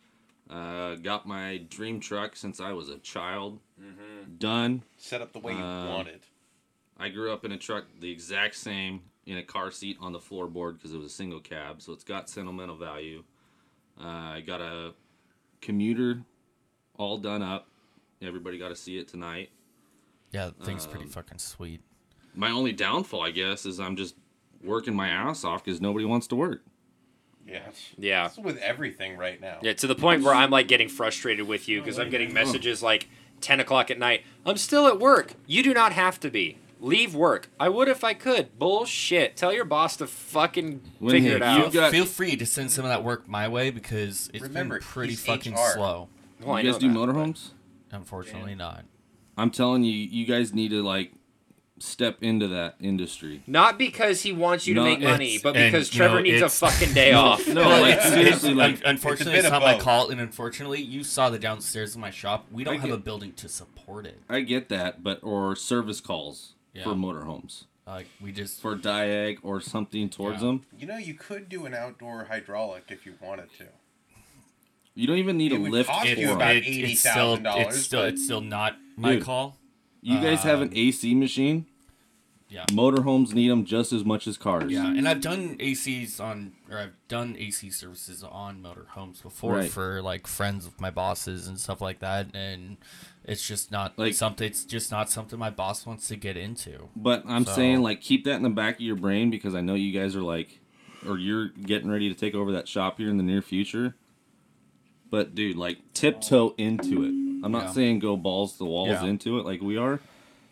[SPEAKER 8] Uh, got my dream truck since I was a child.
[SPEAKER 4] Mm-hmm.
[SPEAKER 8] Done.
[SPEAKER 6] Set up the way you
[SPEAKER 8] Um,
[SPEAKER 6] wanted.
[SPEAKER 8] I grew up in a truck the exact same in a car seat on the floorboard because it was a single cab, so it's got sentimental value. Uh, I got a commuter all done up. Everybody got to see it tonight.
[SPEAKER 3] yeah, the thing's
[SPEAKER 6] Um,
[SPEAKER 3] pretty fucking sweet.
[SPEAKER 8] My only downfall, I guess, is I'm just working my ass off because nobody wants to work.
[SPEAKER 6] Yeah.
[SPEAKER 4] yeah.
[SPEAKER 6] That's with everything right now.
[SPEAKER 4] Yeah, to the point
[SPEAKER 8] Mm.
[SPEAKER 4] where I'm like getting frustrated with you because I'm getting messages like 10 o'clock at night. I'm still at work. You do not have to be. Leave work. I would if I could. Bullshit. Tell your boss to fucking
[SPEAKER 8] When
[SPEAKER 4] figure
[SPEAKER 8] he-
[SPEAKER 4] it
[SPEAKER 8] you
[SPEAKER 4] out.
[SPEAKER 8] got-
[SPEAKER 3] Feel free to send some of that work my way because it's
[SPEAKER 6] Remember,
[SPEAKER 3] been pretty
[SPEAKER 6] he's
[SPEAKER 3] fucking
[SPEAKER 6] HR.
[SPEAKER 3] slow.
[SPEAKER 4] Well, I
[SPEAKER 8] you guys
[SPEAKER 4] know
[SPEAKER 8] do
[SPEAKER 4] that,
[SPEAKER 8] motorhomes?
[SPEAKER 3] Unfortunately, not.
[SPEAKER 8] I'm telling you, you guys need to like step into that industry.
[SPEAKER 4] but- Not because he wants you to
[SPEAKER 8] No,
[SPEAKER 4] make money,
[SPEAKER 3] it's-
[SPEAKER 4] but
[SPEAKER 3] and,
[SPEAKER 4] because
[SPEAKER 3] you
[SPEAKER 4] Trevor
[SPEAKER 3] know,
[SPEAKER 4] needs a
[SPEAKER 3] it's-
[SPEAKER 4] fucking day off.
[SPEAKER 8] No, like seriously, like
[SPEAKER 3] unfortunately,
[SPEAKER 6] it's
[SPEAKER 3] it's,
[SPEAKER 6] a bit of
[SPEAKER 3] not my
[SPEAKER 6] both.
[SPEAKER 3] call, and unfortunately, you saw the downstairs of my shop. We don't
[SPEAKER 8] I
[SPEAKER 3] have
[SPEAKER 8] get-
[SPEAKER 3] a building to support it.
[SPEAKER 8] I get that, but or service calls
[SPEAKER 3] Yeah.
[SPEAKER 8] for motorhomes
[SPEAKER 3] Like we just
[SPEAKER 8] for diag or something towards
[SPEAKER 3] Yeah.
[SPEAKER 8] them.
[SPEAKER 6] You know, you could do an outdoor hydraulic if you wanted to.
[SPEAKER 8] You don't even need
[SPEAKER 6] It
[SPEAKER 8] a
[SPEAKER 6] would
[SPEAKER 8] lift for
[SPEAKER 6] cost you
[SPEAKER 8] them.
[SPEAKER 6] about-
[SPEAKER 3] it- it's still
[SPEAKER 6] $80,000,
[SPEAKER 3] it's still
[SPEAKER 6] but-
[SPEAKER 3] it's still not my
[SPEAKER 8] Dude.
[SPEAKER 3] call.
[SPEAKER 8] You guys have an AC machine.
[SPEAKER 3] Um, Yeah.
[SPEAKER 8] Motorhomes need them just as much as cars.
[SPEAKER 3] Yeah, and I've done ACs on, or I've done AC services on motorhomes before
[SPEAKER 8] Right.
[SPEAKER 3] for like friends of my bosses and stuff like that, and it's just not
[SPEAKER 8] Like-
[SPEAKER 3] like something. It's just not something my boss wants to get into.
[SPEAKER 8] But I'm
[SPEAKER 3] So-
[SPEAKER 8] saying like keep that in the back of your brain because I know you guys are like, or you're getting ready to take over that shop here in the near future. But dude, like tiptoe into it. I'm not
[SPEAKER 3] Yeah.
[SPEAKER 8] saying go balls to the walls
[SPEAKER 3] Yeah.
[SPEAKER 8] into it like we are,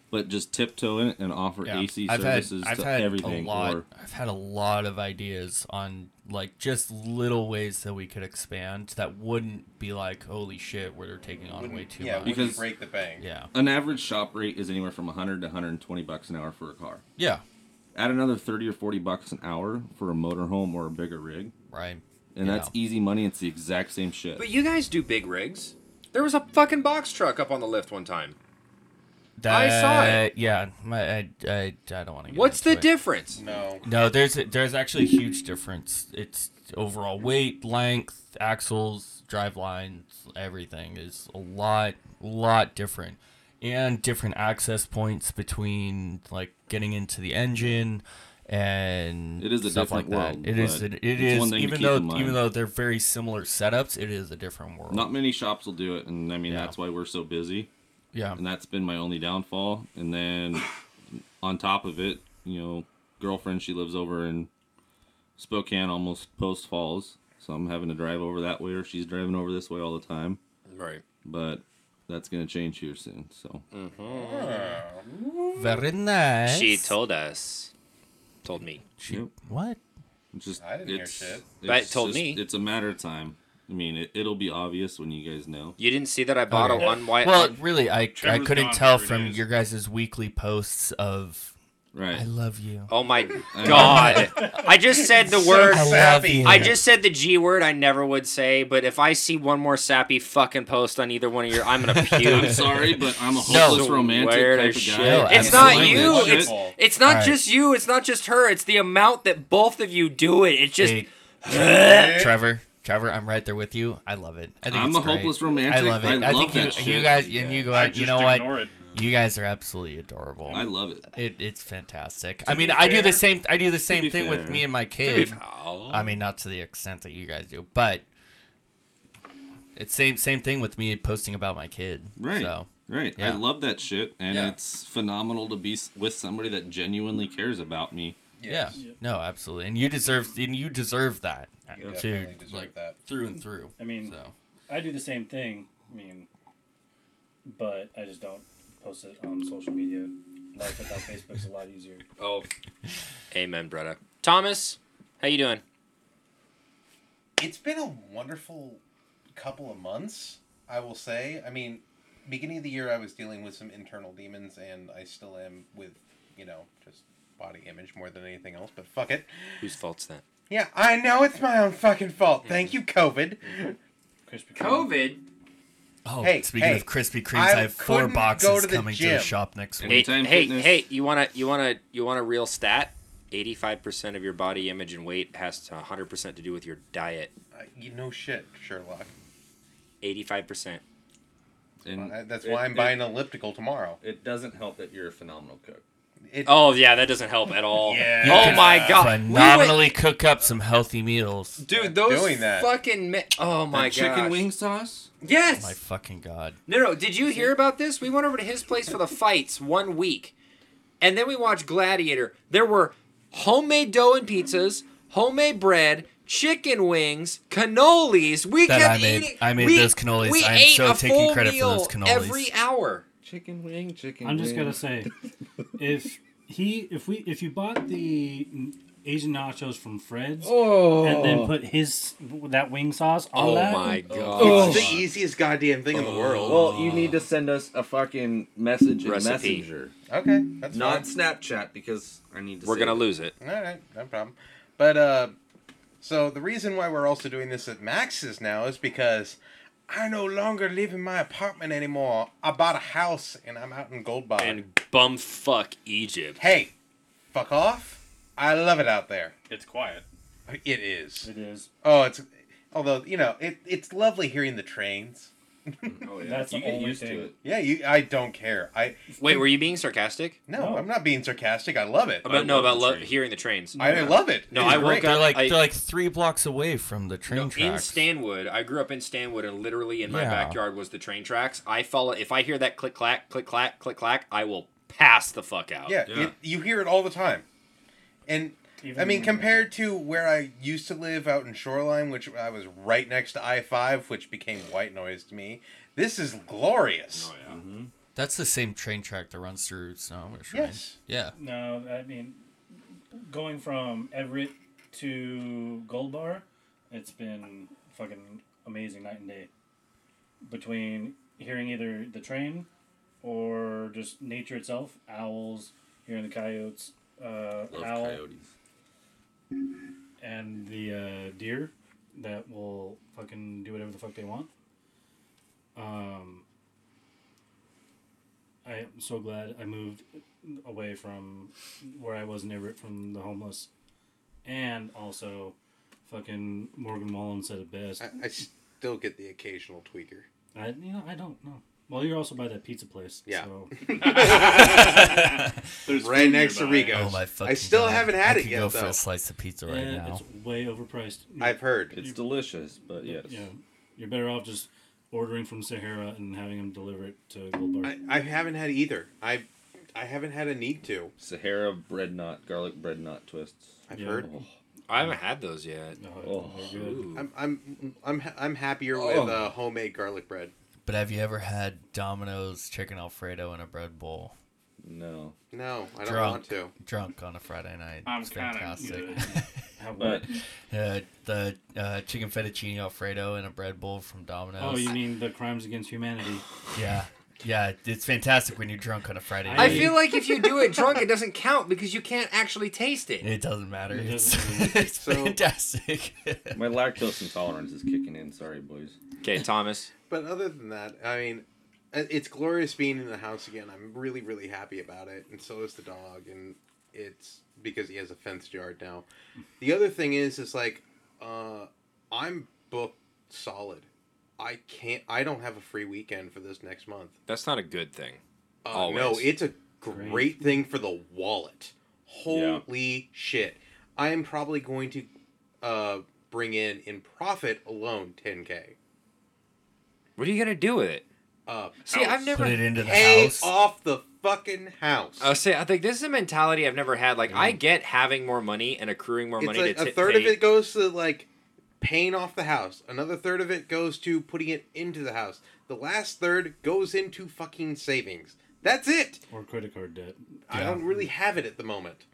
[SPEAKER 8] but just tiptoe in it and offer
[SPEAKER 3] Yeah.
[SPEAKER 8] AC
[SPEAKER 3] I've had
[SPEAKER 8] services
[SPEAKER 3] I've
[SPEAKER 8] to
[SPEAKER 3] had
[SPEAKER 8] everything.
[SPEAKER 3] a lot.
[SPEAKER 8] Or
[SPEAKER 3] I've had a lot of ideas on like just little ways that we could expand that wouldn't be like holy shit, we're taking on way too
[SPEAKER 6] yeah,
[SPEAKER 3] much.
[SPEAKER 6] because
[SPEAKER 8] Because-
[SPEAKER 6] break the bank.
[SPEAKER 3] Yeah,
[SPEAKER 8] an average shop rate is anywhere from 100 to 120 bucks an hour for a car.
[SPEAKER 3] yeah,
[SPEAKER 8] Add another 30 or 40 bucks an hour for a motorhome or a bigger rig,
[SPEAKER 3] right.
[SPEAKER 8] and
[SPEAKER 3] Yeah.
[SPEAKER 8] that's e- easy money. It's the exact same shit.
[SPEAKER 4] But you guys do big rigs. There was a fucking box truck up on the lift one time. I saw it.
[SPEAKER 3] Yeah, my, I, I, I don't want to.
[SPEAKER 4] What's the
[SPEAKER 3] it.
[SPEAKER 4] difference?
[SPEAKER 6] No.
[SPEAKER 3] No, there's there's actually a huge difference. It's overall weight, length, axles, drive lines, everything is a lot lot different, and different access points between like getting into the engine and
[SPEAKER 8] It is a
[SPEAKER 3] stuff like
[SPEAKER 8] different world,
[SPEAKER 3] that. It is
[SPEAKER 8] but
[SPEAKER 3] it, it
[SPEAKER 8] it's one
[SPEAKER 3] is
[SPEAKER 8] thing to
[SPEAKER 3] even
[SPEAKER 8] keep
[SPEAKER 3] though
[SPEAKER 8] in mind.
[SPEAKER 3] even though they're very similar setups, it is a different world.
[SPEAKER 8] Not many shops will do it, and I mean
[SPEAKER 3] Yeah.
[SPEAKER 8] that's why we're so busy.
[SPEAKER 3] yeah,
[SPEAKER 8] and that's been my only downfall. And then on top of it, you know, girlfriend she lives over in Spokane, almost Post Falls, so I'm having to drive over that way, or she's driving over this way all the time.
[SPEAKER 4] Right.
[SPEAKER 8] But that's gonna change here soon. So
[SPEAKER 3] Very nice.
[SPEAKER 4] She told us. Told me.
[SPEAKER 3] She,
[SPEAKER 8] Yep.
[SPEAKER 3] what?
[SPEAKER 8] it's just
[SPEAKER 6] I didn't hear
[SPEAKER 8] it's,
[SPEAKER 6] shit.
[SPEAKER 4] But
[SPEAKER 8] it's
[SPEAKER 4] told
[SPEAKER 8] just-
[SPEAKER 4] me.
[SPEAKER 8] it's a matter of time. I mean, it, it'll be obvious when you guys know.
[SPEAKER 4] You didn't see that I bought
[SPEAKER 3] Okay.
[SPEAKER 4] a one white.
[SPEAKER 3] Well, really, I I
[SPEAKER 5] Trevor's
[SPEAKER 3] couldn't
[SPEAKER 5] gone
[SPEAKER 3] tell
[SPEAKER 5] for three
[SPEAKER 3] from
[SPEAKER 5] days.
[SPEAKER 3] your guys' weekly posts of
[SPEAKER 8] Right.
[SPEAKER 3] I love you.
[SPEAKER 4] oh my
[SPEAKER 8] I-
[SPEAKER 4] god! I just said the word.
[SPEAKER 3] I love you.
[SPEAKER 4] I just said the G word I never would say, but if I see one more sappy fucking post on either one of your, I'm gonna
[SPEAKER 8] I'm
[SPEAKER 4] puke.
[SPEAKER 8] sorry, but I'm a
[SPEAKER 3] No.
[SPEAKER 8] hopeless romantic
[SPEAKER 4] Weird
[SPEAKER 8] type
[SPEAKER 4] as
[SPEAKER 8] of
[SPEAKER 4] shit.
[SPEAKER 8] guy.
[SPEAKER 4] It's
[SPEAKER 3] No,
[SPEAKER 4] not
[SPEAKER 3] absolutely.
[SPEAKER 4] you.
[SPEAKER 8] Language.
[SPEAKER 4] It's it's not
[SPEAKER 3] All right.
[SPEAKER 4] just you. It's not just her. It's the amount that both of you do it. It's just
[SPEAKER 3] Hey, Trevor, Trevor, I'm right there with you. I love it. I think
[SPEAKER 8] I'm
[SPEAKER 3] it's
[SPEAKER 8] a hopeless
[SPEAKER 3] great.
[SPEAKER 8] romantic.
[SPEAKER 3] I love it. I, think
[SPEAKER 8] that
[SPEAKER 3] you,
[SPEAKER 8] shit.
[SPEAKER 3] you guys and you go
[SPEAKER 5] I
[SPEAKER 3] out.
[SPEAKER 5] just
[SPEAKER 3] You know what?
[SPEAKER 5] ignore it.
[SPEAKER 3] You guys are absolutely adorable.
[SPEAKER 8] I love it.
[SPEAKER 3] It, it's fantastic. I mean, I do the same. I do the same
[SPEAKER 8] be
[SPEAKER 3] thing with
[SPEAKER 8] fair.
[SPEAKER 3] me and my kid. I mean, not to the extent that you guys do, but it's same same thing with me posting about my kid.
[SPEAKER 8] Right.
[SPEAKER 3] So
[SPEAKER 8] Right. I
[SPEAKER 3] yeah.
[SPEAKER 8] love that shit, and
[SPEAKER 3] Yeah.
[SPEAKER 8] it's phenomenal to be s- with somebody that genuinely cares about me.
[SPEAKER 3] yeah, no, absolutely, and you deserve and you deserve that
[SPEAKER 6] You
[SPEAKER 3] to
[SPEAKER 6] definitely deserve
[SPEAKER 3] like
[SPEAKER 6] that.
[SPEAKER 3] through and through.
[SPEAKER 1] I mean,
[SPEAKER 3] So
[SPEAKER 1] I do the same thing. I mean, but I just don't post it on social media. Life without Facebook's a lot easier.
[SPEAKER 4] Oh, amen, brother. Thomas, how you doing?
[SPEAKER 6] It's been a wonderful couple of months, I will say. I mean, beginning of the year, I was dealing with some internal demons, and I still am with, you know, just body image more than anything else. But fuck it.
[SPEAKER 4] Whose fault's that?
[SPEAKER 6] Yeah, I know it's my own fucking fault. Thank you, COVID.
[SPEAKER 1] Krispy Kreme.
[SPEAKER 4] COVID.
[SPEAKER 3] oh,
[SPEAKER 6] Hey,
[SPEAKER 3] speaking
[SPEAKER 6] hey,
[SPEAKER 3] of Krispy Kremes,
[SPEAKER 6] I
[SPEAKER 3] I, have four
[SPEAKER 6] couldn't go
[SPEAKER 3] boxes
[SPEAKER 6] to the
[SPEAKER 3] coming to
[SPEAKER 6] gym.
[SPEAKER 3] the shop next
[SPEAKER 4] Hey,
[SPEAKER 3] week.
[SPEAKER 8] Anytime
[SPEAKER 4] hey,
[SPEAKER 8] fitness.
[SPEAKER 4] hey! You wanna, you wanna, you want a real stat? Eighty-five percent of your body image and weight has to hundred percent to do with your diet.
[SPEAKER 6] Uh, you know shit, Sherlock.
[SPEAKER 4] Eighty-five percent.
[SPEAKER 8] And
[SPEAKER 6] Uh, that's
[SPEAKER 5] It-
[SPEAKER 6] why I'm
[SPEAKER 5] it-
[SPEAKER 6] buying an elliptical tomorrow.
[SPEAKER 5] It doesn't help that you're a phenomenal cook.
[SPEAKER 6] It,
[SPEAKER 4] Oh yeah, that doesn't help at all.
[SPEAKER 6] Yeah.
[SPEAKER 3] You
[SPEAKER 4] Oh
[SPEAKER 3] can
[SPEAKER 4] my god. We went-
[SPEAKER 3] Phenomenally cook up some healthy meals.
[SPEAKER 4] dude, those
[SPEAKER 6] Doing that.
[SPEAKER 4] fucking mi- oh my
[SPEAKER 8] that chicken
[SPEAKER 4] god.
[SPEAKER 8] wing sauce.
[SPEAKER 4] Yes.
[SPEAKER 3] My fucking god.
[SPEAKER 4] No, no. Did you hear about this? We went over to his place for the fights one week, and then we watched Gladiator. There were homemade dough and pizzas, homemade bread, chicken wings, cannolis. We
[SPEAKER 3] That
[SPEAKER 4] kept
[SPEAKER 3] I made-
[SPEAKER 4] eating.
[SPEAKER 3] I made
[SPEAKER 4] we-
[SPEAKER 3] those cannolis.
[SPEAKER 4] We
[SPEAKER 3] I am
[SPEAKER 4] ate
[SPEAKER 3] so
[SPEAKER 4] a
[SPEAKER 3] taking
[SPEAKER 4] full
[SPEAKER 3] credit for
[SPEAKER 4] meal
[SPEAKER 3] those cannolis.
[SPEAKER 4] every hour.
[SPEAKER 8] Chicken wing, chicken.
[SPEAKER 1] I'm just
[SPEAKER 8] wing.
[SPEAKER 1] gonna say, if he, if we, if you bought the Asian nachos from Fred's
[SPEAKER 8] Oh.
[SPEAKER 1] and then put his that wing sauce on
[SPEAKER 4] Oh
[SPEAKER 1] that,
[SPEAKER 4] my god.
[SPEAKER 6] It's the easiest goddamn thing in the world.
[SPEAKER 8] Well, you need to send us a fucking message in
[SPEAKER 4] Recipe.
[SPEAKER 8] Messenger,
[SPEAKER 6] Okay, that's
[SPEAKER 8] not
[SPEAKER 6] fine.
[SPEAKER 8] Snapchat, because I need to.
[SPEAKER 4] We're
[SPEAKER 8] save
[SPEAKER 4] gonna
[SPEAKER 8] it.
[SPEAKER 4] lose it.
[SPEAKER 6] All right, no problem. But uh, so the reason why we're also doing this at Max's now is because I no longer live in my apartment anymore. I bought a house and I'm out in Goldbach.
[SPEAKER 4] And bumfuck Egypt.
[SPEAKER 6] hey, fuck off! I love it out there.
[SPEAKER 5] It's quiet.
[SPEAKER 6] It is.
[SPEAKER 1] it is.
[SPEAKER 6] Oh, it's although you know it, it's lovely hearing the trains.
[SPEAKER 5] Oh yeah.
[SPEAKER 1] That's
[SPEAKER 8] You
[SPEAKER 1] the
[SPEAKER 8] get
[SPEAKER 1] only
[SPEAKER 8] used
[SPEAKER 1] thing.
[SPEAKER 8] to it.
[SPEAKER 6] Yeah, you. I don't care. I
[SPEAKER 4] Wait, were you being sarcastic?
[SPEAKER 6] no, I'm not being sarcastic. I love it.
[SPEAKER 4] About no,
[SPEAKER 8] love
[SPEAKER 4] about
[SPEAKER 8] the
[SPEAKER 4] lo-
[SPEAKER 8] train.
[SPEAKER 4] hearing the trains.
[SPEAKER 6] I love it.
[SPEAKER 4] No,
[SPEAKER 6] It's
[SPEAKER 4] I woke
[SPEAKER 6] great.
[SPEAKER 4] up-
[SPEAKER 3] They're like
[SPEAKER 4] I-
[SPEAKER 3] they're like three blocks away from the train
[SPEAKER 4] No, in
[SPEAKER 3] tracks.
[SPEAKER 4] Stanwood, I grew up in Stanwood, and literally in my
[SPEAKER 3] Yeah.
[SPEAKER 4] backyard was the train tracks. I follow. If I hear that click clack, click clack, click clack, I will pass the fuck out.
[SPEAKER 6] Yeah,
[SPEAKER 8] Yeah.
[SPEAKER 6] It, you hear it all the time. And I
[SPEAKER 1] Even-
[SPEAKER 4] Mm.
[SPEAKER 6] mean, compared to where I used to live out in Shoreline, which I was right next to I five, which became white noise to me, this is glorious.
[SPEAKER 5] Oh yeah.
[SPEAKER 3] That's the same train track that runs through Snohomish. Right?
[SPEAKER 6] Yes.
[SPEAKER 3] Yeah.
[SPEAKER 1] No, I mean, going from Everett to Gold Bar, it's been fucking amazing night and day. Between hearing either the train or just nature itself, owls, hearing the coyotes, uh,
[SPEAKER 8] Love
[SPEAKER 1] owl,
[SPEAKER 8] coyotes.
[SPEAKER 1] and the uh, deer that will fucking do whatever the fuck they want. Um, I am so glad I moved away from where I was in Everett from the homeless, and also fucking Morgan Wallen said it best.
[SPEAKER 6] I, I still get the occasional tweaker.
[SPEAKER 1] I you know I don't know. Well, you're also by that pizza place.
[SPEAKER 6] Yeah.
[SPEAKER 1] So
[SPEAKER 5] There's
[SPEAKER 6] Right
[SPEAKER 5] food
[SPEAKER 6] next to
[SPEAKER 5] nearby.
[SPEAKER 6] Rigo.
[SPEAKER 3] Oh my fucking!
[SPEAKER 6] I still
[SPEAKER 3] God.
[SPEAKER 6] haven't had
[SPEAKER 3] I
[SPEAKER 6] it
[SPEAKER 3] could
[SPEAKER 6] yet,
[SPEAKER 3] Go for
[SPEAKER 6] though.
[SPEAKER 3] a slice of pizza right
[SPEAKER 1] yeah,
[SPEAKER 3] now.
[SPEAKER 1] it's way overpriced.
[SPEAKER 6] I've heard.
[SPEAKER 8] It's delicious, but yes.
[SPEAKER 1] yeah, you're better off just ordering from Sahara and having them deliver it to Gold Bar.
[SPEAKER 6] I, I haven't had either. I I haven't had a need to.
[SPEAKER 8] Sahara bread knot, garlic bread knot twists. Oh,
[SPEAKER 6] I've
[SPEAKER 1] Yeah.
[SPEAKER 6] heard.
[SPEAKER 4] I haven't had those yet.
[SPEAKER 1] Oh, they're good.
[SPEAKER 6] I'm I'm I'm ha- I'm happier
[SPEAKER 3] Oh.
[SPEAKER 6] with uh, homemade garlic bread.
[SPEAKER 3] But have you ever had Domino's chicken alfredo in a bread bowl?
[SPEAKER 8] No.
[SPEAKER 6] No, I don't
[SPEAKER 3] Drunk.
[SPEAKER 6] want to.
[SPEAKER 3] Drunk on a Friday night.
[SPEAKER 9] I'm
[SPEAKER 3] it's
[SPEAKER 9] kinda
[SPEAKER 3] fantastic.
[SPEAKER 1] How
[SPEAKER 8] But
[SPEAKER 3] uh,
[SPEAKER 1] about?
[SPEAKER 3] the uh, chicken fettuccine alfredo in a bread bowl from Domino's.
[SPEAKER 1] Oh, you mean the crimes against humanity?
[SPEAKER 3] Yeah. Yeah, it's fantastic when you're drunk on a Friday night.
[SPEAKER 4] I feel like if you do it drunk, it doesn't count because you can't actually taste it.
[SPEAKER 3] it doesn't matter.
[SPEAKER 1] It
[SPEAKER 3] it's
[SPEAKER 1] doesn't matter.
[SPEAKER 3] it's
[SPEAKER 6] So-
[SPEAKER 3] fantastic.
[SPEAKER 8] my lactose intolerance is kicking in. Sorry, boys.
[SPEAKER 4] Okay, Thomas.
[SPEAKER 6] But other than that, I mean, i- it's glorious being in the house again. I'm really really happy about it, and so is the dog, and it's because he has a fenced yard now. The other thing is, is like, uh, I'm booked solid. I can't. I don't have a free weekend for this next month.
[SPEAKER 4] That's not a good thing.
[SPEAKER 6] Uh,
[SPEAKER 4] Always.
[SPEAKER 6] no, it's a great,
[SPEAKER 1] Great.
[SPEAKER 6] thing for the wallet.
[SPEAKER 8] Yeah.
[SPEAKER 6] Holy shit. I am probably going to uh, bring in, in profit alone, 10K.
[SPEAKER 4] What are you gonna do with it?
[SPEAKER 6] Uh,
[SPEAKER 4] See, I've never.
[SPEAKER 3] Put it into the
[SPEAKER 6] pay
[SPEAKER 3] house.
[SPEAKER 6] off the fucking house.
[SPEAKER 4] I say, I think this is a mentality I've never had. Like,
[SPEAKER 3] Mm.
[SPEAKER 4] I get having more money and accruing more
[SPEAKER 6] it's
[SPEAKER 4] money
[SPEAKER 6] like
[SPEAKER 4] to
[SPEAKER 6] a
[SPEAKER 4] t-
[SPEAKER 6] third
[SPEAKER 4] pay.
[SPEAKER 6] of it goes to, like, paying off the house. Another third of it goes to putting it into the house. The last third goes into fucking savings. That's it.
[SPEAKER 1] Or credit card debt?
[SPEAKER 6] I don't really have it at the moment.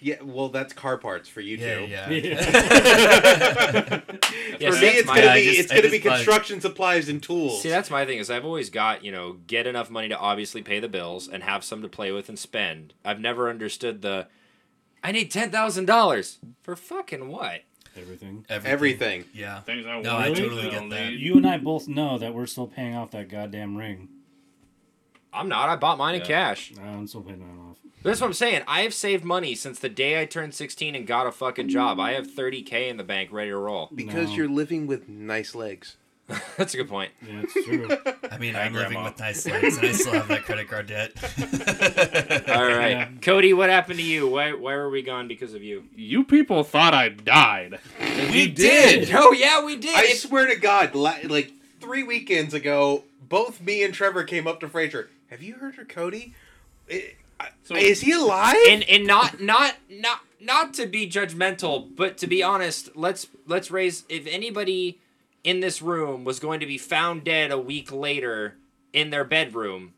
[SPEAKER 6] Yeah, well, that's car parts for you
[SPEAKER 3] Yeah,
[SPEAKER 6] two.
[SPEAKER 3] yeah.
[SPEAKER 4] Yeah,
[SPEAKER 6] For
[SPEAKER 4] see,
[SPEAKER 6] me,
[SPEAKER 4] that's
[SPEAKER 6] it's
[SPEAKER 4] my-
[SPEAKER 6] gonna
[SPEAKER 3] I
[SPEAKER 6] be
[SPEAKER 3] just-
[SPEAKER 6] it's
[SPEAKER 3] I
[SPEAKER 6] gonna
[SPEAKER 3] just
[SPEAKER 6] be
[SPEAKER 3] like-
[SPEAKER 6] construction supplies and tools.
[SPEAKER 4] See, that's my thing is I've always got, you know, get enough money to obviously pay the bills and have some to play with and spend. I've never understood the I need $10,000 for fucking what?
[SPEAKER 1] Everything.
[SPEAKER 6] everything.
[SPEAKER 3] Yeah.
[SPEAKER 9] Things I
[SPEAKER 3] No,
[SPEAKER 9] want.
[SPEAKER 3] I
[SPEAKER 9] things
[SPEAKER 3] totally get
[SPEAKER 9] don't
[SPEAKER 3] that.
[SPEAKER 9] need.
[SPEAKER 1] You and I both know that we're still paying off that goddamn ring.
[SPEAKER 4] I'm not. I bought mine in
[SPEAKER 8] Yeah.
[SPEAKER 4] cash.
[SPEAKER 1] I'm still paying that off.
[SPEAKER 4] That's what I'm saying. I have saved money since the day I turned 16 and got a fucking job. I have 30K in the bank ready to roll.
[SPEAKER 6] Because
[SPEAKER 1] No.
[SPEAKER 6] you're living with nice legs.
[SPEAKER 4] That's a good point.
[SPEAKER 1] Yeah, it's true.
[SPEAKER 3] I mean, I'm living with nice legs, and I still have that credit card debt.
[SPEAKER 4] All right.
[SPEAKER 1] Yeah.
[SPEAKER 4] Cody, what happened to you? Why, why were we gone because of you?
[SPEAKER 9] You people thought I died.
[SPEAKER 3] we did.
[SPEAKER 4] Oh, yeah, we did.
[SPEAKER 6] I swear to God, la- like three weekends ago, both me and Trevor came up to Fraser. Have you heard of Cody? I- I-
[SPEAKER 9] So-
[SPEAKER 6] Is he alive?
[SPEAKER 4] and and not not not not to be judgmental, but to be honest, let's let's raise if anybody in this room was going to be found dead a week later in their bedroom,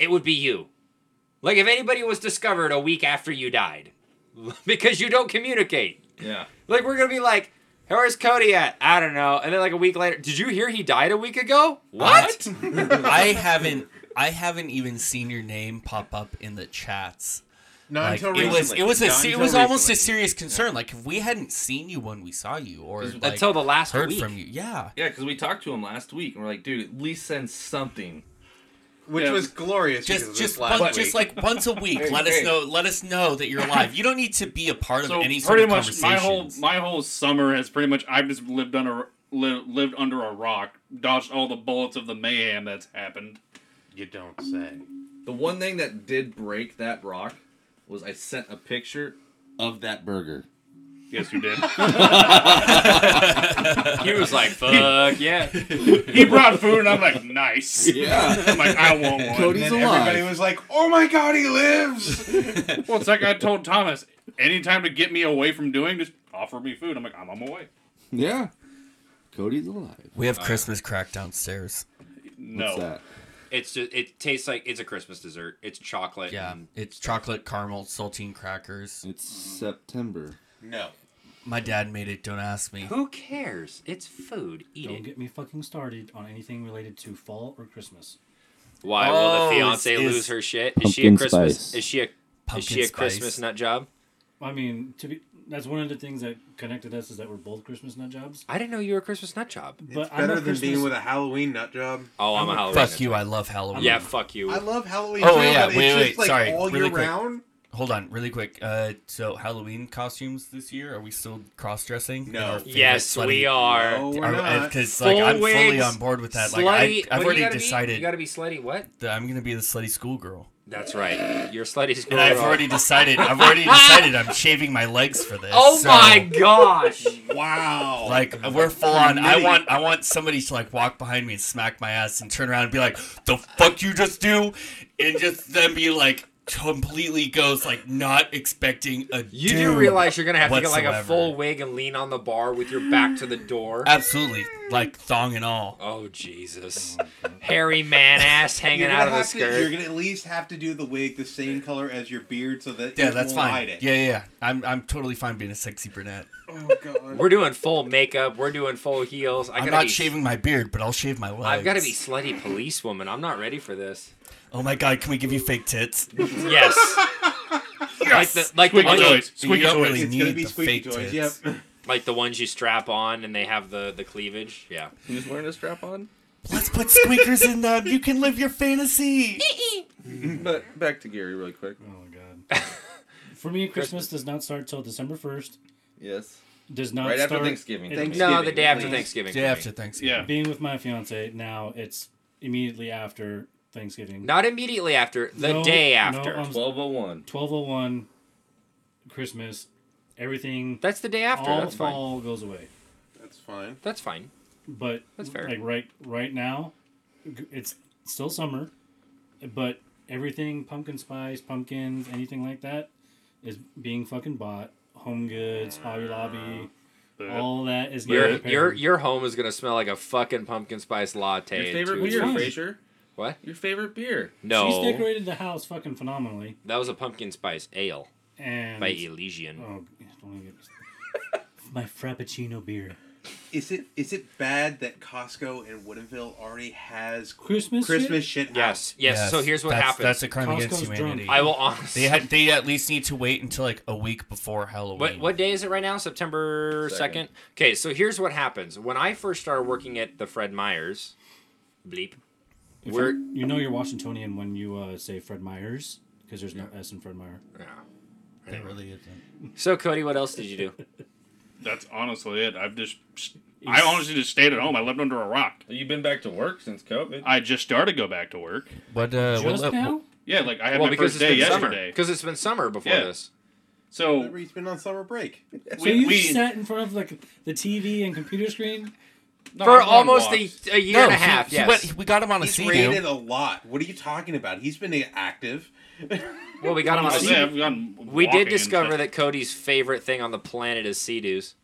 [SPEAKER 4] it would be you. Like if anybody was discovered a week after you died, because you don't communicate.
[SPEAKER 8] Yeah.
[SPEAKER 4] Like we're gonna be like, where's Cody at? I don't know. And then like a week later, did you hear he died a week ago? What?
[SPEAKER 3] I haven't. I haven't even seen your name pop up in the chats.
[SPEAKER 6] Not
[SPEAKER 3] Like,
[SPEAKER 6] until
[SPEAKER 3] it
[SPEAKER 6] recently.
[SPEAKER 3] was. It was. A,
[SPEAKER 8] Not
[SPEAKER 3] se- it
[SPEAKER 8] until
[SPEAKER 3] was almost a
[SPEAKER 8] recently.
[SPEAKER 3] serious concern. Like if we hadn't seen you when we saw you, or like,
[SPEAKER 4] Until the last
[SPEAKER 3] heard
[SPEAKER 4] week.
[SPEAKER 3] from you, yeah.
[SPEAKER 8] Yeah, because we talked to him last week and we're like, dude, at least send something.
[SPEAKER 6] which
[SPEAKER 9] Yeah.
[SPEAKER 6] was glorious. because
[SPEAKER 3] Just,
[SPEAKER 6] of
[SPEAKER 3] just,
[SPEAKER 6] this last
[SPEAKER 3] once, just
[SPEAKER 6] week.
[SPEAKER 3] like once a week, let us know. Let us know that you're alive. You don't need to be a part of
[SPEAKER 9] So
[SPEAKER 3] any sort
[SPEAKER 9] pretty
[SPEAKER 3] of
[SPEAKER 9] much my whole
[SPEAKER 3] conversations.
[SPEAKER 9] my whole summer has pretty much I've just lived under li- lived under a rock, dodged all the bullets of the mayhem that's happened.
[SPEAKER 6] you don't say.
[SPEAKER 8] The one thing that did break that rock was I sent a picture of that burger.
[SPEAKER 9] Yes, you did.
[SPEAKER 4] He was like, fuck yeah.
[SPEAKER 9] he brought food, and I'm like, nice.
[SPEAKER 8] Yeah.
[SPEAKER 9] I'm like, I want one.
[SPEAKER 6] And
[SPEAKER 8] Cody's
[SPEAKER 6] then
[SPEAKER 8] alive.
[SPEAKER 6] everybody was like, "Oh my God, he lives!"
[SPEAKER 9] Well, it's like I told Thomas, anytime to get me away from doing, just offer me food. I'm like, I'm on my way.
[SPEAKER 8] yeah. Cody's alive.
[SPEAKER 3] we have
[SPEAKER 4] Uh,
[SPEAKER 3] Christmas crack downstairs.
[SPEAKER 9] No.
[SPEAKER 8] What's that?
[SPEAKER 4] It's just it tastes like it's a Christmas dessert. It's chocolate.
[SPEAKER 3] Yeah,
[SPEAKER 4] and-
[SPEAKER 3] it's chocolate caramel saltine crackers.
[SPEAKER 8] It's September.
[SPEAKER 6] no,
[SPEAKER 3] My dad made it. Don't ask me.
[SPEAKER 4] Who cares? It's food. Eat
[SPEAKER 1] Don't
[SPEAKER 4] it.
[SPEAKER 1] get me fucking started on anything related to fall or Christmas.
[SPEAKER 4] Why will
[SPEAKER 3] Oh,
[SPEAKER 4] the fiance
[SPEAKER 3] it's-
[SPEAKER 4] lose
[SPEAKER 3] it's
[SPEAKER 4] her shit? Is she a
[SPEAKER 8] pumpkin
[SPEAKER 4] Christmas?
[SPEAKER 8] spice.
[SPEAKER 4] Is she a is
[SPEAKER 3] Pumpkin
[SPEAKER 4] she a
[SPEAKER 3] spice.
[SPEAKER 4] Christmas nut job?
[SPEAKER 1] I mean, to be that's one of the things that connected us is that we're both Christmas nut jobs.
[SPEAKER 4] I didn't know you were a Christmas nut job.
[SPEAKER 1] But
[SPEAKER 6] it's
[SPEAKER 1] I'm
[SPEAKER 6] better
[SPEAKER 1] not
[SPEAKER 6] than
[SPEAKER 1] Christmas,
[SPEAKER 6] being with a Halloween nut job.
[SPEAKER 4] Oh, I'm, a Halloween.
[SPEAKER 3] Fuck
[SPEAKER 4] nut
[SPEAKER 3] you.
[SPEAKER 4] job.
[SPEAKER 3] I love Halloween.
[SPEAKER 4] Yeah, fuck you.
[SPEAKER 6] I love Halloween.
[SPEAKER 3] Oh,
[SPEAKER 6] too,
[SPEAKER 3] yeah,
[SPEAKER 6] but
[SPEAKER 3] wait,
[SPEAKER 6] it's
[SPEAKER 3] wait,
[SPEAKER 6] just, like,
[SPEAKER 3] sorry,
[SPEAKER 6] all
[SPEAKER 3] really
[SPEAKER 6] year
[SPEAKER 3] quick.
[SPEAKER 6] round.
[SPEAKER 3] Hold on, really quick. Uh, so Halloween costumes this year? Are we still cross dressing?
[SPEAKER 6] No.
[SPEAKER 4] yes, we are.
[SPEAKER 6] No, we're not.
[SPEAKER 3] Because uh, like I'm
[SPEAKER 4] Full
[SPEAKER 3] fully
[SPEAKER 4] wigs,
[SPEAKER 3] on board with that. Like
[SPEAKER 4] slutty.
[SPEAKER 3] I, I've
[SPEAKER 4] what
[SPEAKER 3] already
[SPEAKER 4] do you gotta be?
[SPEAKER 3] decided
[SPEAKER 4] You gotta be slutty. What?
[SPEAKER 3] that I'm gonna be the slutty schoolgirl,
[SPEAKER 4] That's right. You're slutty. as
[SPEAKER 3] and I've
[SPEAKER 4] girl.
[SPEAKER 3] already decided. I've already decided I'm shaving my legs for this.
[SPEAKER 4] Oh
[SPEAKER 3] so,
[SPEAKER 4] my gosh.
[SPEAKER 6] Wow.
[SPEAKER 3] Like we're full on. I want I want somebody to like walk behind me and smack my ass and turn around and be like, "The fuck you just do," and just then be like, completely goes like not expecting a.
[SPEAKER 4] You do realize you're gonna have to get like a
[SPEAKER 3] whatsoever.
[SPEAKER 4] full wig and lean on the bar with your back to the door.
[SPEAKER 3] absolutely like thong and all.
[SPEAKER 4] Oh Jesus! Hairy man ass hanging out of the
[SPEAKER 6] have to,
[SPEAKER 4] skirt.
[SPEAKER 6] you're gonna at least have to do the wig the same color as your beard so that
[SPEAKER 3] Yeah,
[SPEAKER 6] it
[SPEAKER 3] that's
[SPEAKER 6] won't hide
[SPEAKER 3] fine. Yeah,
[SPEAKER 6] it.
[SPEAKER 3] yeah, yeah. I'm I'm totally fine being a sexy brunette.
[SPEAKER 4] We're doing full makeup. We're doing full heels. I
[SPEAKER 3] I'm
[SPEAKER 4] gotta
[SPEAKER 3] not
[SPEAKER 4] be,
[SPEAKER 3] shaving my beard, but I'll shave my legs.
[SPEAKER 4] I've got to be slutty policewoman. I'm not ready for this.
[SPEAKER 3] Oh my god, can we give you fake tits?
[SPEAKER 4] Yes. Like the like the,
[SPEAKER 3] I'll do
[SPEAKER 4] ones,
[SPEAKER 3] it. You don't really
[SPEAKER 6] It's gonna
[SPEAKER 3] need
[SPEAKER 6] be
[SPEAKER 3] the
[SPEAKER 6] squeaky
[SPEAKER 3] fake
[SPEAKER 6] toys.
[SPEAKER 3] tits.
[SPEAKER 6] Yep.
[SPEAKER 4] like the ones you strap on and they have the the cleavage. Yeah.
[SPEAKER 8] Who's wearing a strap on?
[SPEAKER 3] Let's put squeakers in them. You can live your fantasy.
[SPEAKER 8] But back to Gary really quick.
[SPEAKER 1] Oh my god. For me, Christmas does not start till December first.
[SPEAKER 8] Yes.
[SPEAKER 1] Does not
[SPEAKER 8] Right after
[SPEAKER 1] start-
[SPEAKER 8] Thanksgiving.
[SPEAKER 1] it-
[SPEAKER 8] Thanks-
[SPEAKER 4] No, the day after
[SPEAKER 6] please.
[SPEAKER 4] Thanksgiving.
[SPEAKER 3] Day
[SPEAKER 4] for me.
[SPEAKER 3] after Thanksgiving.
[SPEAKER 1] Yeah. Being with my fiance now, it's immediately after Thanksgiving.
[SPEAKER 4] Not immediately after. The
[SPEAKER 1] No,
[SPEAKER 4] day
[SPEAKER 1] no,
[SPEAKER 4] after.
[SPEAKER 1] I'm-
[SPEAKER 8] 1201.
[SPEAKER 1] Twelve oh one, Christmas, everything.
[SPEAKER 4] that's the day after.
[SPEAKER 1] all
[SPEAKER 4] That's fine.
[SPEAKER 1] fall goes away.
[SPEAKER 6] That's fine.
[SPEAKER 4] That's fine.
[SPEAKER 1] But
[SPEAKER 4] That's fair.
[SPEAKER 1] Like right right now, g- it's still summer, but everything pumpkin spice, pumpkins, anything like that, is being fucking bought. Home Goods, Hobby Lobby, all that is
[SPEAKER 4] Your
[SPEAKER 1] getting
[SPEAKER 4] your
[SPEAKER 1] repaired.
[SPEAKER 4] your home is gonna smell like a fucking pumpkin spice latte.
[SPEAKER 9] Your
[SPEAKER 4] in
[SPEAKER 9] favorite
[SPEAKER 4] two
[SPEAKER 9] beer,
[SPEAKER 1] fine.
[SPEAKER 4] weeks.
[SPEAKER 9] Fraser.
[SPEAKER 4] What?
[SPEAKER 9] Your favorite beer.
[SPEAKER 1] She's
[SPEAKER 4] No,
[SPEAKER 1] decorated the house fucking phenomenally,
[SPEAKER 4] that was a pumpkin spice ale
[SPEAKER 1] and
[SPEAKER 4] by Elysian.
[SPEAKER 1] oh, don't even get me started. my frappuccino beer.
[SPEAKER 6] Is it is it bad that Costco in Woodinville already has
[SPEAKER 1] Christmas
[SPEAKER 6] Christmas shit? out?
[SPEAKER 4] Yes, yes, So here's what
[SPEAKER 3] that's,
[SPEAKER 4] happens.
[SPEAKER 3] That's a crime against
[SPEAKER 1] Costco's drunk.
[SPEAKER 3] humanity.
[SPEAKER 4] I will honestly.
[SPEAKER 3] They had. They at least need to wait until like a week before Halloween.
[SPEAKER 4] What, what day is it right now? September
[SPEAKER 8] Second.
[SPEAKER 4] 2nd? Okay, so here's what happens. When I first started working at the Fred Meyers, bleep,
[SPEAKER 1] If
[SPEAKER 4] We're-
[SPEAKER 1] you you know you're Washingtonian when you uh, say Fred Myers because there's no S in Fred Meyer.
[SPEAKER 3] That really isn't.
[SPEAKER 4] So Cody, what else did you do?
[SPEAKER 7] That's honestly it. I've just, I honestly just stayed at home. I lived under a rock.
[SPEAKER 8] You've been back to work since COVID.
[SPEAKER 7] I just started to go back to work.
[SPEAKER 3] What? Uh,
[SPEAKER 1] Just
[SPEAKER 3] what,
[SPEAKER 1] now?
[SPEAKER 7] Yeah, like I had
[SPEAKER 4] well,
[SPEAKER 7] my
[SPEAKER 4] because
[SPEAKER 7] first
[SPEAKER 4] it's
[SPEAKER 7] day
[SPEAKER 4] been summer.
[SPEAKER 7] yesterday.
[SPEAKER 4] Because it's been summer before
[SPEAKER 7] Yeah.
[SPEAKER 4] this.
[SPEAKER 7] So
[SPEAKER 6] Remember he's been on summer break.
[SPEAKER 1] So
[SPEAKER 7] we,
[SPEAKER 1] you
[SPEAKER 7] we
[SPEAKER 1] sat in front of like the TV and computer screen.
[SPEAKER 7] no,
[SPEAKER 4] For
[SPEAKER 7] I'm on
[SPEAKER 4] almost a,
[SPEAKER 7] Oh, walks.
[SPEAKER 4] a year
[SPEAKER 3] No,
[SPEAKER 4] and a
[SPEAKER 3] he-
[SPEAKER 4] half,
[SPEAKER 3] he
[SPEAKER 4] yes.
[SPEAKER 3] went- we got him on a
[SPEAKER 6] He's
[SPEAKER 3] sea
[SPEAKER 6] rated
[SPEAKER 3] now.
[SPEAKER 6] a lot. What are you talking about? He's been active.
[SPEAKER 4] well, we got him on a
[SPEAKER 7] Honestly,
[SPEAKER 4] sea.
[SPEAKER 7] I've gone
[SPEAKER 4] We
[SPEAKER 7] Oh, walking
[SPEAKER 4] did
[SPEAKER 7] and
[SPEAKER 4] discover
[SPEAKER 7] stuff.
[SPEAKER 4] that Cody's favorite thing on the planet is sea dews.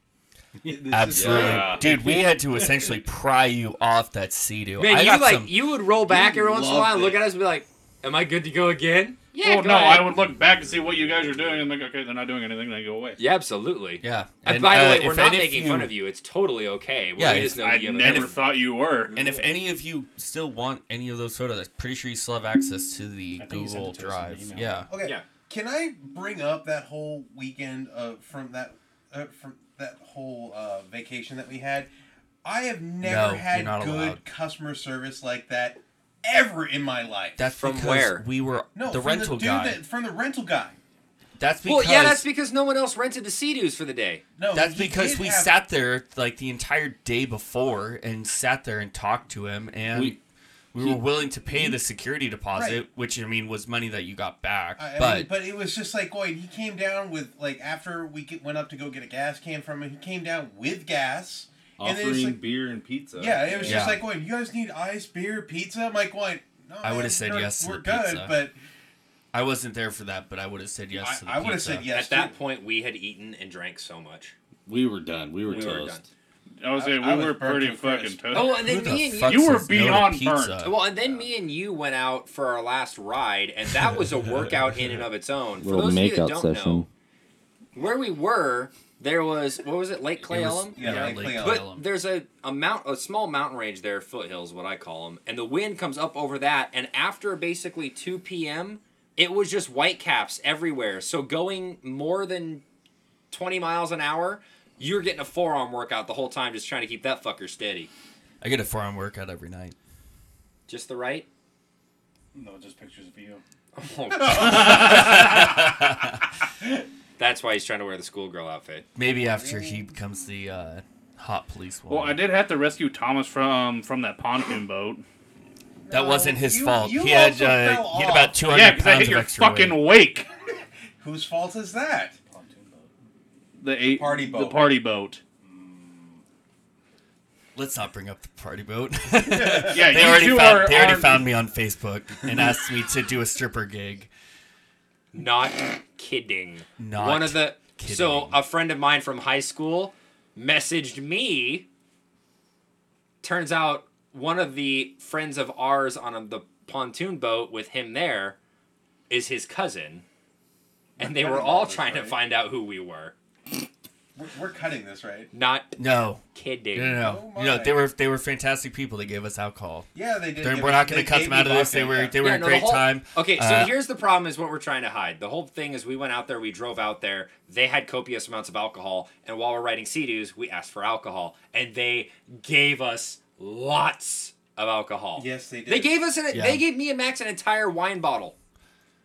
[SPEAKER 6] This is-
[SPEAKER 3] Absolutely,
[SPEAKER 7] Yeah.
[SPEAKER 3] dude. We had to essentially pry you off that sea do.
[SPEAKER 4] Man,
[SPEAKER 3] I
[SPEAKER 4] you
[SPEAKER 3] got
[SPEAKER 4] like
[SPEAKER 3] some.
[SPEAKER 4] you would roll back every once in a
[SPEAKER 6] loved
[SPEAKER 4] while and look
[SPEAKER 6] it.
[SPEAKER 4] at us and be like, "Am I good to go again?" Yeah,
[SPEAKER 7] Well,
[SPEAKER 4] go
[SPEAKER 7] no,
[SPEAKER 4] ahead.
[SPEAKER 7] I would look back and see what you guys are doing and think, okay, they're not doing anything. They go away.
[SPEAKER 4] Yeah, absolutely.
[SPEAKER 3] yeah.
[SPEAKER 4] And, by the
[SPEAKER 3] uh,
[SPEAKER 4] way, we're
[SPEAKER 3] if
[SPEAKER 4] not
[SPEAKER 3] any
[SPEAKER 4] making fun of you. It's totally okay. We
[SPEAKER 3] Yeah,
[SPEAKER 4] just know
[SPEAKER 7] I
[SPEAKER 4] you have a
[SPEAKER 7] never
[SPEAKER 4] different-
[SPEAKER 7] thought you were.
[SPEAKER 3] And if any of you still want any of those photos, I'm pretty sure you still have access to the
[SPEAKER 1] I think you sent
[SPEAKER 3] Google
[SPEAKER 1] it to us in the
[SPEAKER 3] Drive.
[SPEAKER 1] email.
[SPEAKER 3] Yeah.
[SPEAKER 6] Okay.
[SPEAKER 4] Yeah.
[SPEAKER 6] Can I bring up that whole weekend uh, from that uh, from that whole uh, vacation that we had? I have never
[SPEAKER 3] No,
[SPEAKER 6] had
[SPEAKER 3] you're not
[SPEAKER 6] good
[SPEAKER 3] allowed.
[SPEAKER 6] customer service like that ever in my life.
[SPEAKER 3] That's
[SPEAKER 4] From
[SPEAKER 3] because
[SPEAKER 4] where?
[SPEAKER 3] we were
[SPEAKER 6] no
[SPEAKER 3] the
[SPEAKER 6] from
[SPEAKER 3] rental
[SPEAKER 6] the dude
[SPEAKER 3] guy.
[SPEAKER 6] That, from the rental guy.
[SPEAKER 3] that's because
[SPEAKER 4] Well, yeah, that's Oh, because no one else rented the sea for the day.
[SPEAKER 6] No,
[SPEAKER 3] That's
[SPEAKER 6] he
[SPEAKER 3] because
[SPEAKER 6] did
[SPEAKER 3] we
[SPEAKER 6] have-
[SPEAKER 3] sat there like the entire day before and sat there and talked to him, and we,
[SPEAKER 8] We-
[SPEAKER 3] were willing to pay the security deposit, which I mean was money that you got back.
[SPEAKER 6] I, I
[SPEAKER 3] but
[SPEAKER 6] mean, but it was just like, boy, he came down with like after we get, went up to go get a gas can from him. He came down with gas, and then
[SPEAKER 8] Offering
[SPEAKER 6] it's like,
[SPEAKER 8] beer and pizza.
[SPEAKER 6] yeah, it was just
[SPEAKER 3] Yeah.
[SPEAKER 6] like, going, you guys need ice, beer, pizza. I'm like, going, no,
[SPEAKER 3] I would've
[SPEAKER 6] man,
[SPEAKER 3] said
[SPEAKER 6] we're-
[SPEAKER 3] yes to
[SPEAKER 6] We're
[SPEAKER 3] the
[SPEAKER 6] good,
[SPEAKER 3] pizza.
[SPEAKER 6] but
[SPEAKER 3] I wasn't there for that, but I would have said yes to the
[SPEAKER 6] I, I would have
[SPEAKER 3] pizza.
[SPEAKER 6] said yes.
[SPEAKER 4] At that
[SPEAKER 6] too.
[SPEAKER 4] point, we had eaten and drank so much.
[SPEAKER 8] We were done. We were
[SPEAKER 4] We were done.
[SPEAKER 8] toast.
[SPEAKER 7] I was saying, we
[SPEAKER 6] I- I was
[SPEAKER 7] were
[SPEAKER 6] burnt
[SPEAKER 7] pretty
[SPEAKER 6] to a
[SPEAKER 7] fucking
[SPEAKER 6] crisp.
[SPEAKER 7] tough.
[SPEAKER 4] Oh, and
[SPEAKER 3] Who
[SPEAKER 4] then
[SPEAKER 3] the
[SPEAKER 4] me and you.
[SPEAKER 3] fuck
[SPEAKER 7] You were
[SPEAKER 3] says no to
[SPEAKER 7] beyond
[SPEAKER 3] pizza?
[SPEAKER 7] burnt.
[SPEAKER 4] Well, and then me and you went out for our last ride, and that was a workout in and of its own. For those of you that don't know, where we were, there was what was it, Lake
[SPEAKER 3] It
[SPEAKER 4] Clay
[SPEAKER 3] was-
[SPEAKER 4] Ellum?
[SPEAKER 6] Yeah,
[SPEAKER 3] yeah,
[SPEAKER 6] like
[SPEAKER 3] Lake
[SPEAKER 6] Cleon.
[SPEAKER 4] But
[SPEAKER 3] Ellum.
[SPEAKER 4] there's a, a mount, a small mountain range there, foothills, what I call them, and the wind comes up over that. And after basically 2 p.m., it was just whitecaps everywhere. So going more than 20 miles an hour, you're getting a forearm workout the whole time, just trying to keep that fucker steady.
[SPEAKER 3] I get a forearm workout every night.
[SPEAKER 4] Just the right. Oh
[SPEAKER 1] No, just pictures of you.
[SPEAKER 4] That's why he's trying to wear the schoolgirl outfit.
[SPEAKER 3] Maybe after he becomes the uh, hot police
[SPEAKER 4] Oh,
[SPEAKER 3] woman.
[SPEAKER 7] Well, I did have to rescue Thomas from from that pontoon boat.
[SPEAKER 3] That wasn't his
[SPEAKER 6] you-
[SPEAKER 3] fault.
[SPEAKER 6] you
[SPEAKER 3] he had
[SPEAKER 6] also
[SPEAKER 3] uh,
[SPEAKER 6] fell
[SPEAKER 3] he
[SPEAKER 6] off.
[SPEAKER 3] had about two hundred
[SPEAKER 7] Yeah, because I
[SPEAKER 3] pounds
[SPEAKER 7] hit
[SPEAKER 3] of
[SPEAKER 7] your
[SPEAKER 3] extra
[SPEAKER 7] fucking
[SPEAKER 3] weight.
[SPEAKER 7] wake.
[SPEAKER 6] Whose fault is that?
[SPEAKER 7] The eight
[SPEAKER 6] Party
[SPEAKER 7] The
[SPEAKER 6] boat.
[SPEAKER 7] party boat.
[SPEAKER 3] Let's not bring up the party boat.
[SPEAKER 7] Yeah,
[SPEAKER 3] they
[SPEAKER 7] you
[SPEAKER 3] already
[SPEAKER 7] two
[SPEAKER 3] found,
[SPEAKER 7] are.
[SPEAKER 3] they already
[SPEAKER 7] are-
[SPEAKER 3] found me on Facebook and asked me to do a stripper gig.
[SPEAKER 4] Not kidding.
[SPEAKER 3] Not
[SPEAKER 4] one of the so
[SPEAKER 3] kidding.
[SPEAKER 4] a friend of mine from high school messaged me. Turns out one of the friends of ours on the pontoon boat with him there is his cousin, and they were all trying to find out who we were.
[SPEAKER 6] We're, we're cutting this, right?
[SPEAKER 4] Not
[SPEAKER 3] No.
[SPEAKER 4] kidding.
[SPEAKER 3] No, no, no.
[SPEAKER 6] Oh
[SPEAKER 3] you know, they
[SPEAKER 6] my.
[SPEAKER 3] were they were fantastic people. They gave us alcohol.
[SPEAKER 6] Yeah, they did.
[SPEAKER 3] They're-
[SPEAKER 6] give
[SPEAKER 3] we're
[SPEAKER 6] us-
[SPEAKER 3] not going
[SPEAKER 6] they
[SPEAKER 3] to cut
[SPEAKER 6] gave
[SPEAKER 3] them
[SPEAKER 6] me
[SPEAKER 3] out of this.
[SPEAKER 6] vodka.
[SPEAKER 3] They were they were
[SPEAKER 4] Yeah,
[SPEAKER 3] a
[SPEAKER 4] no, the
[SPEAKER 3] great
[SPEAKER 4] whole-
[SPEAKER 3] time.
[SPEAKER 4] Okay, so
[SPEAKER 3] Uh,
[SPEAKER 4] here's the problem: is what we're trying to hide. The whole thing is we went out there, we drove out there. They had copious amounts of alcohol, and while we're riding sea-doos, we asked for alcohol, and they gave us lots of alcohol.
[SPEAKER 6] Yes, they did.
[SPEAKER 4] They gave us an,
[SPEAKER 3] Yeah.
[SPEAKER 4] they gave me and Max an entire wine bottle.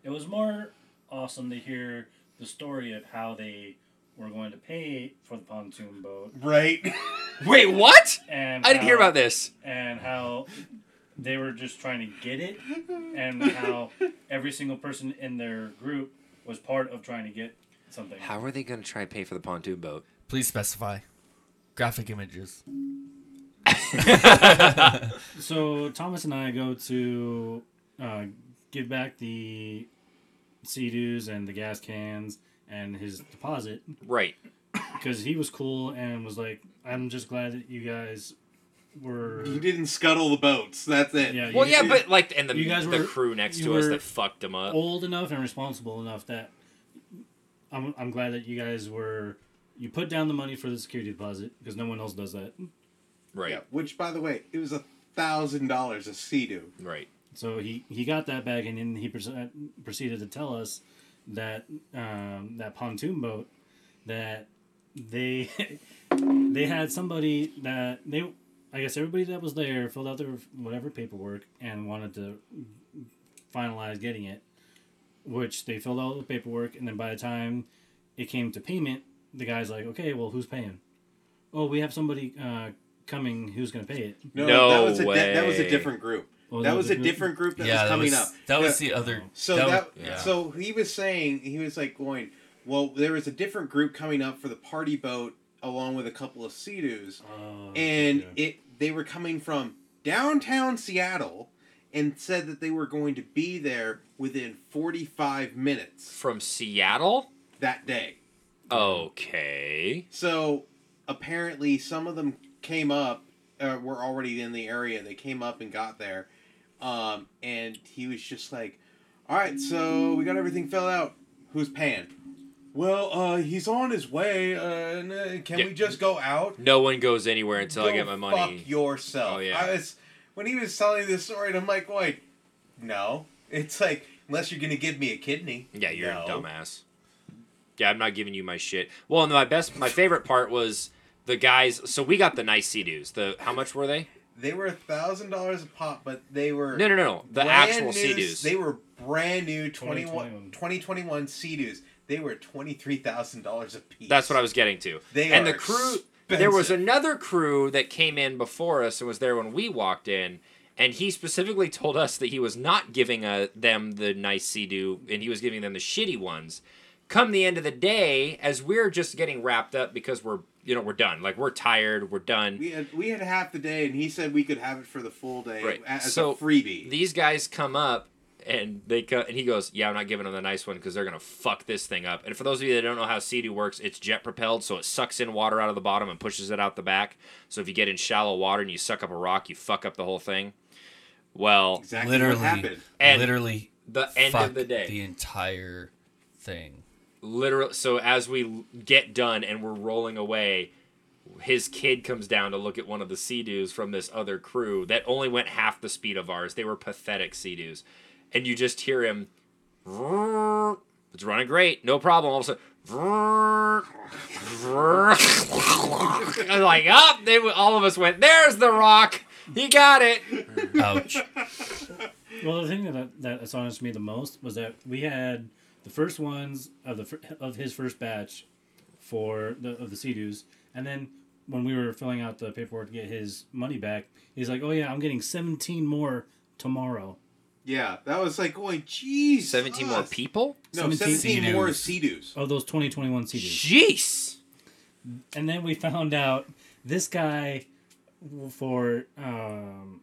[SPEAKER 1] It was more awesome to hear the story of how they were going to pay for the pontoon boat.
[SPEAKER 6] right.
[SPEAKER 4] Wait, what?
[SPEAKER 1] And
[SPEAKER 4] I didn't hear
[SPEAKER 1] how-
[SPEAKER 4] about this.
[SPEAKER 1] And how they were just trying to get it, and how every single person in their group was part of trying to get something.
[SPEAKER 4] How are they going to try to pay for the pontoon boat?
[SPEAKER 3] Please specify. Graphic images.
[SPEAKER 1] So Thomas and I go to uh, give back the sea dues and the gas cans and his deposit
[SPEAKER 4] Right.
[SPEAKER 1] because he was cool and was like, "I'm just glad that you guys were."
[SPEAKER 6] You didn't scuttle the boats. That's it.
[SPEAKER 1] Yeah,
[SPEAKER 4] Well,
[SPEAKER 1] you-
[SPEAKER 4] yeah, but like, and the
[SPEAKER 1] you guys
[SPEAKER 4] the
[SPEAKER 1] were-
[SPEAKER 4] crew next
[SPEAKER 1] you
[SPEAKER 4] to us
[SPEAKER 1] were
[SPEAKER 4] that fucked them up.
[SPEAKER 1] old enough and responsible enough that I'm, I'm glad that you guys were you put down the money for the security deposit because no one else does that
[SPEAKER 4] Right.
[SPEAKER 6] Yeah, Which, by the way, it was a thousand dollars a sea
[SPEAKER 4] Right.
[SPEAKER 1] so he he got that back and then he proce- proceeded to tell us that um, that pontoon boat that they they had somebody that they I guess everybody that was there filled out their whatever paperwork and wanted to finalize getting it, which they filled out the paperwork and then by the time it came to payment, the guy's like, okay, well who's paying? Oh, we have somebody uh, coming who's gonna pay it.
[SPEAKER 4] No
[SPEAKER 6] that was a di- that was
[SPEAKER 4] way.
[SPEAKER 6] a different group.
[SPEAKER 1] Well,
[SPEAKER 6] that
[SPEAKER 1] that
[SPEAKER 6] was
[SPEAKER 1] was
[SPEAKER 6] a
[SPEAKER 1] a
[SPEAKER 6] different group that
[SPEAKER 3] Mm-hmm. yeah,
[SPEAKER 6] was
[SPEAKER 3] that
[SPEAKER 6] coming
[SPEAKER 3] was,
[SPEAKER 6] up.
[SPEAKER 3] that was
[SPEAKER 6] Yeah.
[SPEAKER 3] the other.
[SPEAKER 6] So that,
[SPEAKER 3] yeah.
[SPEAKER 6] so he was saying he was like going, well, there was a different group coming up for the party boat along with a couple of Sea-Doos,
[SPEAKER 1] Oh,
[SPEAKER 6] and it they were coming from downtown Seattle, and said that they were going to be there within forty five minutes
[SPEAKER 4] From Seattle.
[SPEAKER 6] that day.
[SPEAKER 4] Okay.
[SPEAKER 6] So apparently, some of them came up, uh, were already in the area. They came up and got there, um, and he was just like, "All right, so we got everything filled out. Who's paying?" Well, uh, he's on his way. Uh, and, uh, can
[SPEAKER 4] Yeah.
[SPEAKER 6] we just go out?
[SPEAKER 4] No one goes anywhere until I
[SPEAKER 6] Go
[SPEAKER 4] get my money.
[SPEAKER 6] Fuck yourself.
[SPEAKER 4] Oh, yeah.
[SPEAKER 6] I was when he was telling this story, and I'm like, "Wait, no." It's like unless you're gonna give me a kidney.
[SPEAKER 4] Yeah, you're
[SPEAKER 6] No.
[SPEAKER 4] a dumbass. Yeah, I'm not giving you my shit. Well, and my best, my favorite part was the guys. So we got the nice sea-doos. The how much were they?
[SPEAKER 6] They were a thousand dollars a pop, but they were
[SPEAKER 4] No, no, no, no. The
[SPEAKER 6] brand
[SPEAKER 4] actual
[SPEAKER 6] new-
[SPEAKER 4] sea-doos.
[SPEAKER 6] They were brand new 21,
[SPEAKER 1] 2021.
[SPEAKER 6] 2021 Sea-Doos. They were twenty three thousand dollars a piece.
[SPEAKER 4] That's what I was getting to.
[SPEAKER 6] They
[SPEAKER 4] and
[SPEAKER 6] are
[SPEAKER 4] the crew. There was
[SPEAKER 6] expensive.
[SPEAKER 4] another crew that came in before us and was there when we walked in, and he specifically told us that he was not giving uh, them the nice sea-doo, and he was giving them the shitty ones. Come the end of the day, as we're just getting wrapped up because we're you know we're done, like we're tired, we're done.
[SPEAKER 6] We had we had half the day, and he said we could have it for the full day
[SPEAKER 4] Right.
[SPEAKER 6] a- as
[SPEAKER 4] So,
[SPEAKER 6] a freebie.
[SPEAKER 4] these guys come up and they co- and he goes, "Yeah, I'm not giving them the nice one because they're gonna fuck this thing up." And for those of you that don't know how Sea-Doo works, it's jet propelled, so it sucks in water out of the bottom and pushes it out the back. So if you get in shallow water and you suck up a rock, you fuck up the whole thing. Well,
[SPEAKER 6] exactly
[SPEAKER 3] literally,
[SPEAKER 6] what happened.
[SPEAKER 4] And
[SPEAKER 3] literally,
[SPEAKER 4] the end
[SPEAKER 3] fuck
[SPEAKER 4] of the day,
[SPEAKER 3] the entire thing.
[SPEAKER 4] literally. So as we get done and we're rolling away. His kid comes down to look at one of the Sea-Doos from this other crew that only went half the speed of ours. They were pathetic Sea-Doos. And you just hear him Vroom. It's running great, no problem. All of a sudden, vroom, vroom. I'm like, up, they w- all of us went. There's the rock. He got it.
[SPEAKER 3] Ouch.
[SPEAKER 1] Well, the thing that that astonished me the most was that we had the first ones of the fir- of his first batch for the of the sea and then when we were filling out the paperwork to get his money back, he's like, "Oh yeah, I'm getting 17 more tomorrow."
[SPEAKER 6] Yeah, that was like going, jeez,
[SPEAKER 4] Seventeen more
[SPEAKER 6] us."
[SPEAKER 4] people.
[SPEAKER 6] No,
[SPEAKER 1] 17
[SPEAKER 6] seventeen
[SPEAKER 3] Sea-Doos.
[SPEAKER 6] more Sea-Doos.
[SPEAKER 1] Oh, those 2021 sea
[SPEAKER 4] Jeez.
[SPEAKER 1] And then we found out this guy for um,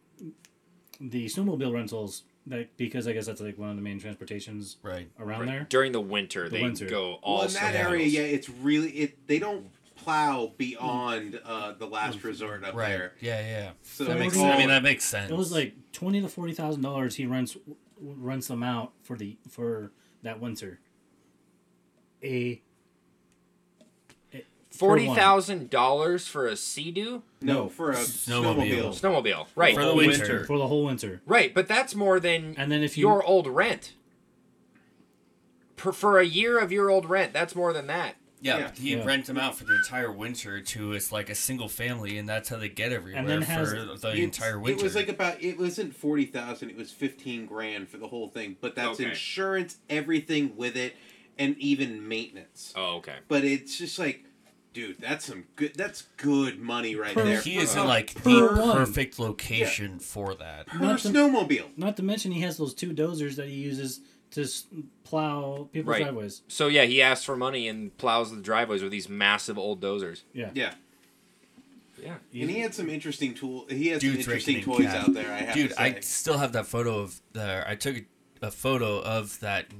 [SPEAKER 1] the snowmobile rentals like, because I guess that's like one of the main transportations
[SPEAKER 3] Right.
[SPEAKER 1] around there.
[SPEAKER 4] During the winter,
[SPEAKER 1] The
[SPEAKER 4] they
[SPEAKER 1] winter.
[SPEAKER 4] go all
[SPEAKER 6] Well, in that
[SPEAKER 4] snow.
[SPEAKER 6] area, yeah, it's really it. They don't plow beyond uh, the last resort up
[SPEAKER 3] Right.
[SPEAKER 6] there.
[SPEAKER 3] Yeah, yeah.
[SPEAKER 6] So
[SPEAKER 3] that makes.
[SPEAKER 6] it's
[SPEAKER 3] I
[SPEAKER 6] all-
[SPEAKER 3] mean, that makes sense.
[SPEAKER 1] It was like twenty to forty thousand dollars. He rents w- rents them out for the for that winter. A
[SPEAKER 4] Forty thousand dollars for a Sea-Doo
[SPEAKER 6] no for a
[SPEAKER 3] Snowmobile.
[SPEAKER 6] snowmobile.
[SPEAKER 4] snowmobile, right?
[SPEAKER 3] For the winter.
[SPEAKER 1] for the whole winter,
[SPEAKER 4] Right, but that's more than
[SPEAKER 1] and then if you
[SPEAKER 4] your old rent. Per, for a year of your old rent, that's more than that.
[SPEAKER 3] Yeah,
[SPEAKER 6] Yeah.
[SPEAKER 3] he
[SPEAKER 1] Yeah.
[SPEAKER 3] rent them out for the entire winter to it's like a single family, and that's how they get everywhere
[SPEAKER 1] then has-
[SPEAKER 3] for the
[SPEAKER 6] It's-
[SPEAKER 3] entire winter.
[SPEAKER 6] It was like about. It wasn't forty thousand. It was fifteen grand for the whole thing. But that's
[SPEAKER 4] Okay.
[SPEAKER 6] insurance, everything with it, and even maintenance.
[SPEAKER 4] Oh, okay.
[SPEAKER 6] But it's just like, dude, that's some good. That's good money right
[SPEAKER 1] Per-
[SPEAKER 6] there.
[SPEAKER 3] he
[SPEAKER 6] for-
[SPEAKER 3] is in like
[SPEAKER 1] per
[SPEAKER 3] the
[SPEAKER 1] one.
[SPEAKER 3] perfect location for that.
[SPEAKER 6] per
[SPEAKER 1] Not to-
[SPEAKER 6] snowmobile.
[SPEAKER 1] Not to mention he has those two dozers that he uses to s- plow people's
[SPEAKER 4] Right.
[SPEAKER 1] driveways.
[SPEAKER 4] So yeah, he asks for money and plows the driveways with these massive old dozers.
[SPEAKER 1] Yeah.
[SPEAKER 6] Yeah,
[SPEAKER 4] Yeah.
[SPEAKER 6] and he had some interesting tool. He had some
[SPEAKER 3] Dude's
[SPEAKER 6] interesting
[SPEAKER 3] raking in
[SPEAKER 6] toys
[SPEAKER 3] cash.
[SPEAKER 6] out there. I have
[SPEAKER 3] Dude,
[SPEAKER 6] to say.
[SPEAKER 3] I still have that photo of the. I took a, a photo of that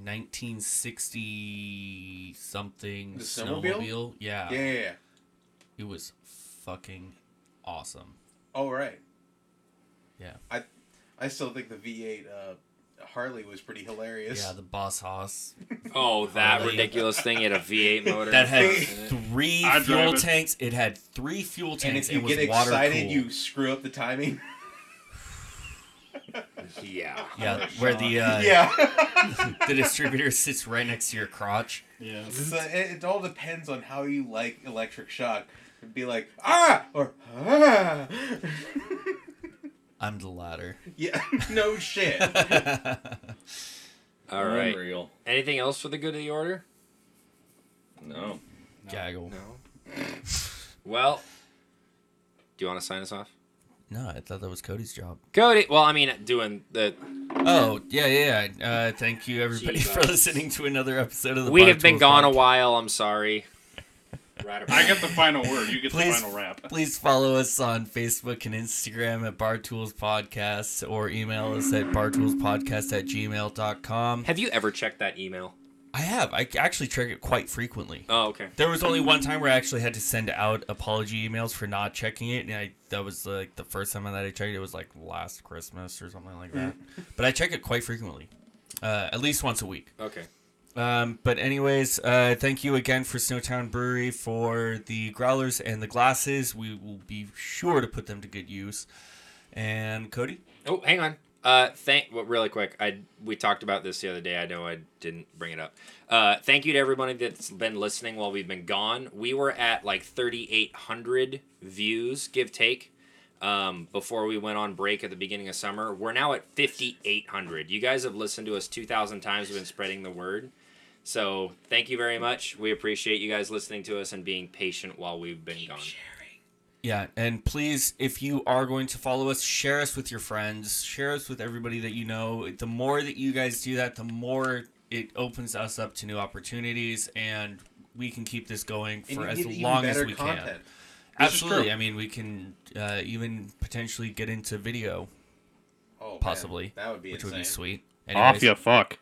[SPEAKER 3] 1960 something
[SPEAKER 6] The snowmobile?
[SPEAKER 3] snowmobile. Yeah,
[SPEAKER 6] yeah, yeah, yeah.
[SPEAKER 3] it was fucking awesome.
[SPEAKER 6] Oh right.
[SPEAKER 3] Yeah.
[SPEAKER 6] I I still think the V8 uh, Harley was pretty hilarious.
[SPEAKER 3] Yeah, the Boss Hoss
[SPEAKER 4] Oh, that
[SPEAKER 3] Really?
[SPEAKER 4] ridiculous thing! He had a V8 motor.
[SPEAKER 3] that had
[SPEAKER 4] Fucking-
[SPEAKER 3] three
[SPEAKER 7] I'd
[SPEAKER 3] fuel
[SPEAKER 7] drive it.
[SPEAKER 3] tanks. It had three fuel
[SPEAKER 6] and
[SPEAKER 3] tanks.
[SPEAKER 6] if you
[SPEAKER 3] it was
[SPEAKER 6] get
[SPEAKER 3] water
[SPEAKER 6] excited,
[SPEAKER 3] cooled.
[SPEAKER 6] you screw up the timing.
[SPEAKER 4] yeah.
[SPEAKER 3] yeah, where the uh,
[SPEAKER 6] yeah.
[SPEAKER 3] the distributor sits right next to your crotch.
[SPEAKER 1] Yeah.
[SPEAKER 6] so it, it all depends on how you like electric shock. It'd be like ah or ah.
[SPEAKER 3] I'm the latter.
[SPEAKER 6] yeah, no shit.
[SPEAKER 4] All right.
[SPEAKER 5] Unreal.
[SPEAKER 4] Anything else for the good of the order?
[SPEAKER 5] No.
[SPEAKER 3] Gaggle.
[SPEAKER 4] Well, do you want to sign us off?
[SPEAKER 3] No, I thought that was Cody's job.
[SPEAKER 4] Cody, well, I mean, doing the.
[SPEAKER 3] Oh yeah, yeah. yeah. Uh, thank you everybody for listening to another episode of the.
[SPEAKER 4] we
[SPEAKER 3] Pod
[SPEAKER 4] have been
[SPEAKER 3] Tools
[SPEAKER 4] gone a
[SPEAKER 3] Podcast.
[SPEAKER 4] while. I'm sorry.
[SPEAKER 7] I get the final word. You get the
[SPEAKER 3] Please-
[SPEAKER 7] final wrap.
[SPEAKER 3] Please follow us on Facebook and Instagram at Bar Tools Podcast or email us at bartoolspodcast at gmail.com.
[SPEAKER 4] Have you ever checked that email?
[SPEAKER 3] I have. I actually check it quite frequently.
[SPEAKER 4] Oh, okay.
[SPEAKER 3] There was only one time where I actually had to send out apology emails for not checking it, and I that was like the first time that I checked it. It was like last Christmas or something like that. but I check it quite frequently, uh, at least once a week.
[SPEAKER 4] Okay.
[SPEAKER 3] Um, but anyways, uh, thank you again for Snowtown Brewery for the growlers and the glasses. We will be sure to put them to good use. And Cody,
[SPEAKER 4] Oh, hang on. Uh, thank. Well, really quick, I we talked about this the other day. I know I didn't bring it up. Uh, thank you to everybody that's been listening while we've been gone. We were at like thirty eight hundred views, give take. Um, before we went on break at the beginning of summer, we're now at fifty eight hundred. You guys have listened to us two thousand times. We've been spreading the word. So thank you very much. We appreciate you guys listening to us and being patient while we've been gone.
[SPEAKER 3] yeah, and please, if you are going to follow us, share us with your friends, share us with everybody that you know. The more that you guys do that, the more it opens us up to new opportunities, and we can keep this going
[SPEAKER 6] And
[SPEAKER 3] for
[SPEAKER 6] you
[SPEAKER 3] as
[SPEAKER 6] get even
[SPEAKER 3] long as
[SPEAKER 6] better
[SPEAKER 3] we can.
[SPEAKER 6] content.
[SPEAKER 7] This is
[SPEAKER 3] Absolutely.
[SPEAKER 7] true.
[SPEAKER 3] I mean, we can uh, even potentially get into video,
[SPEAKER 6] Oh, man,
[SPEAKER 3] possibly,
[SPEAKER 6] that would be
[SPEAKER 3] which
[SPEAKER 6] insane.
[SPEAKER 3] would be sweet.
[SPEAKER 7] Off
[SPEAKER 3] Anyways,
[SPEAKER 7] you fuck.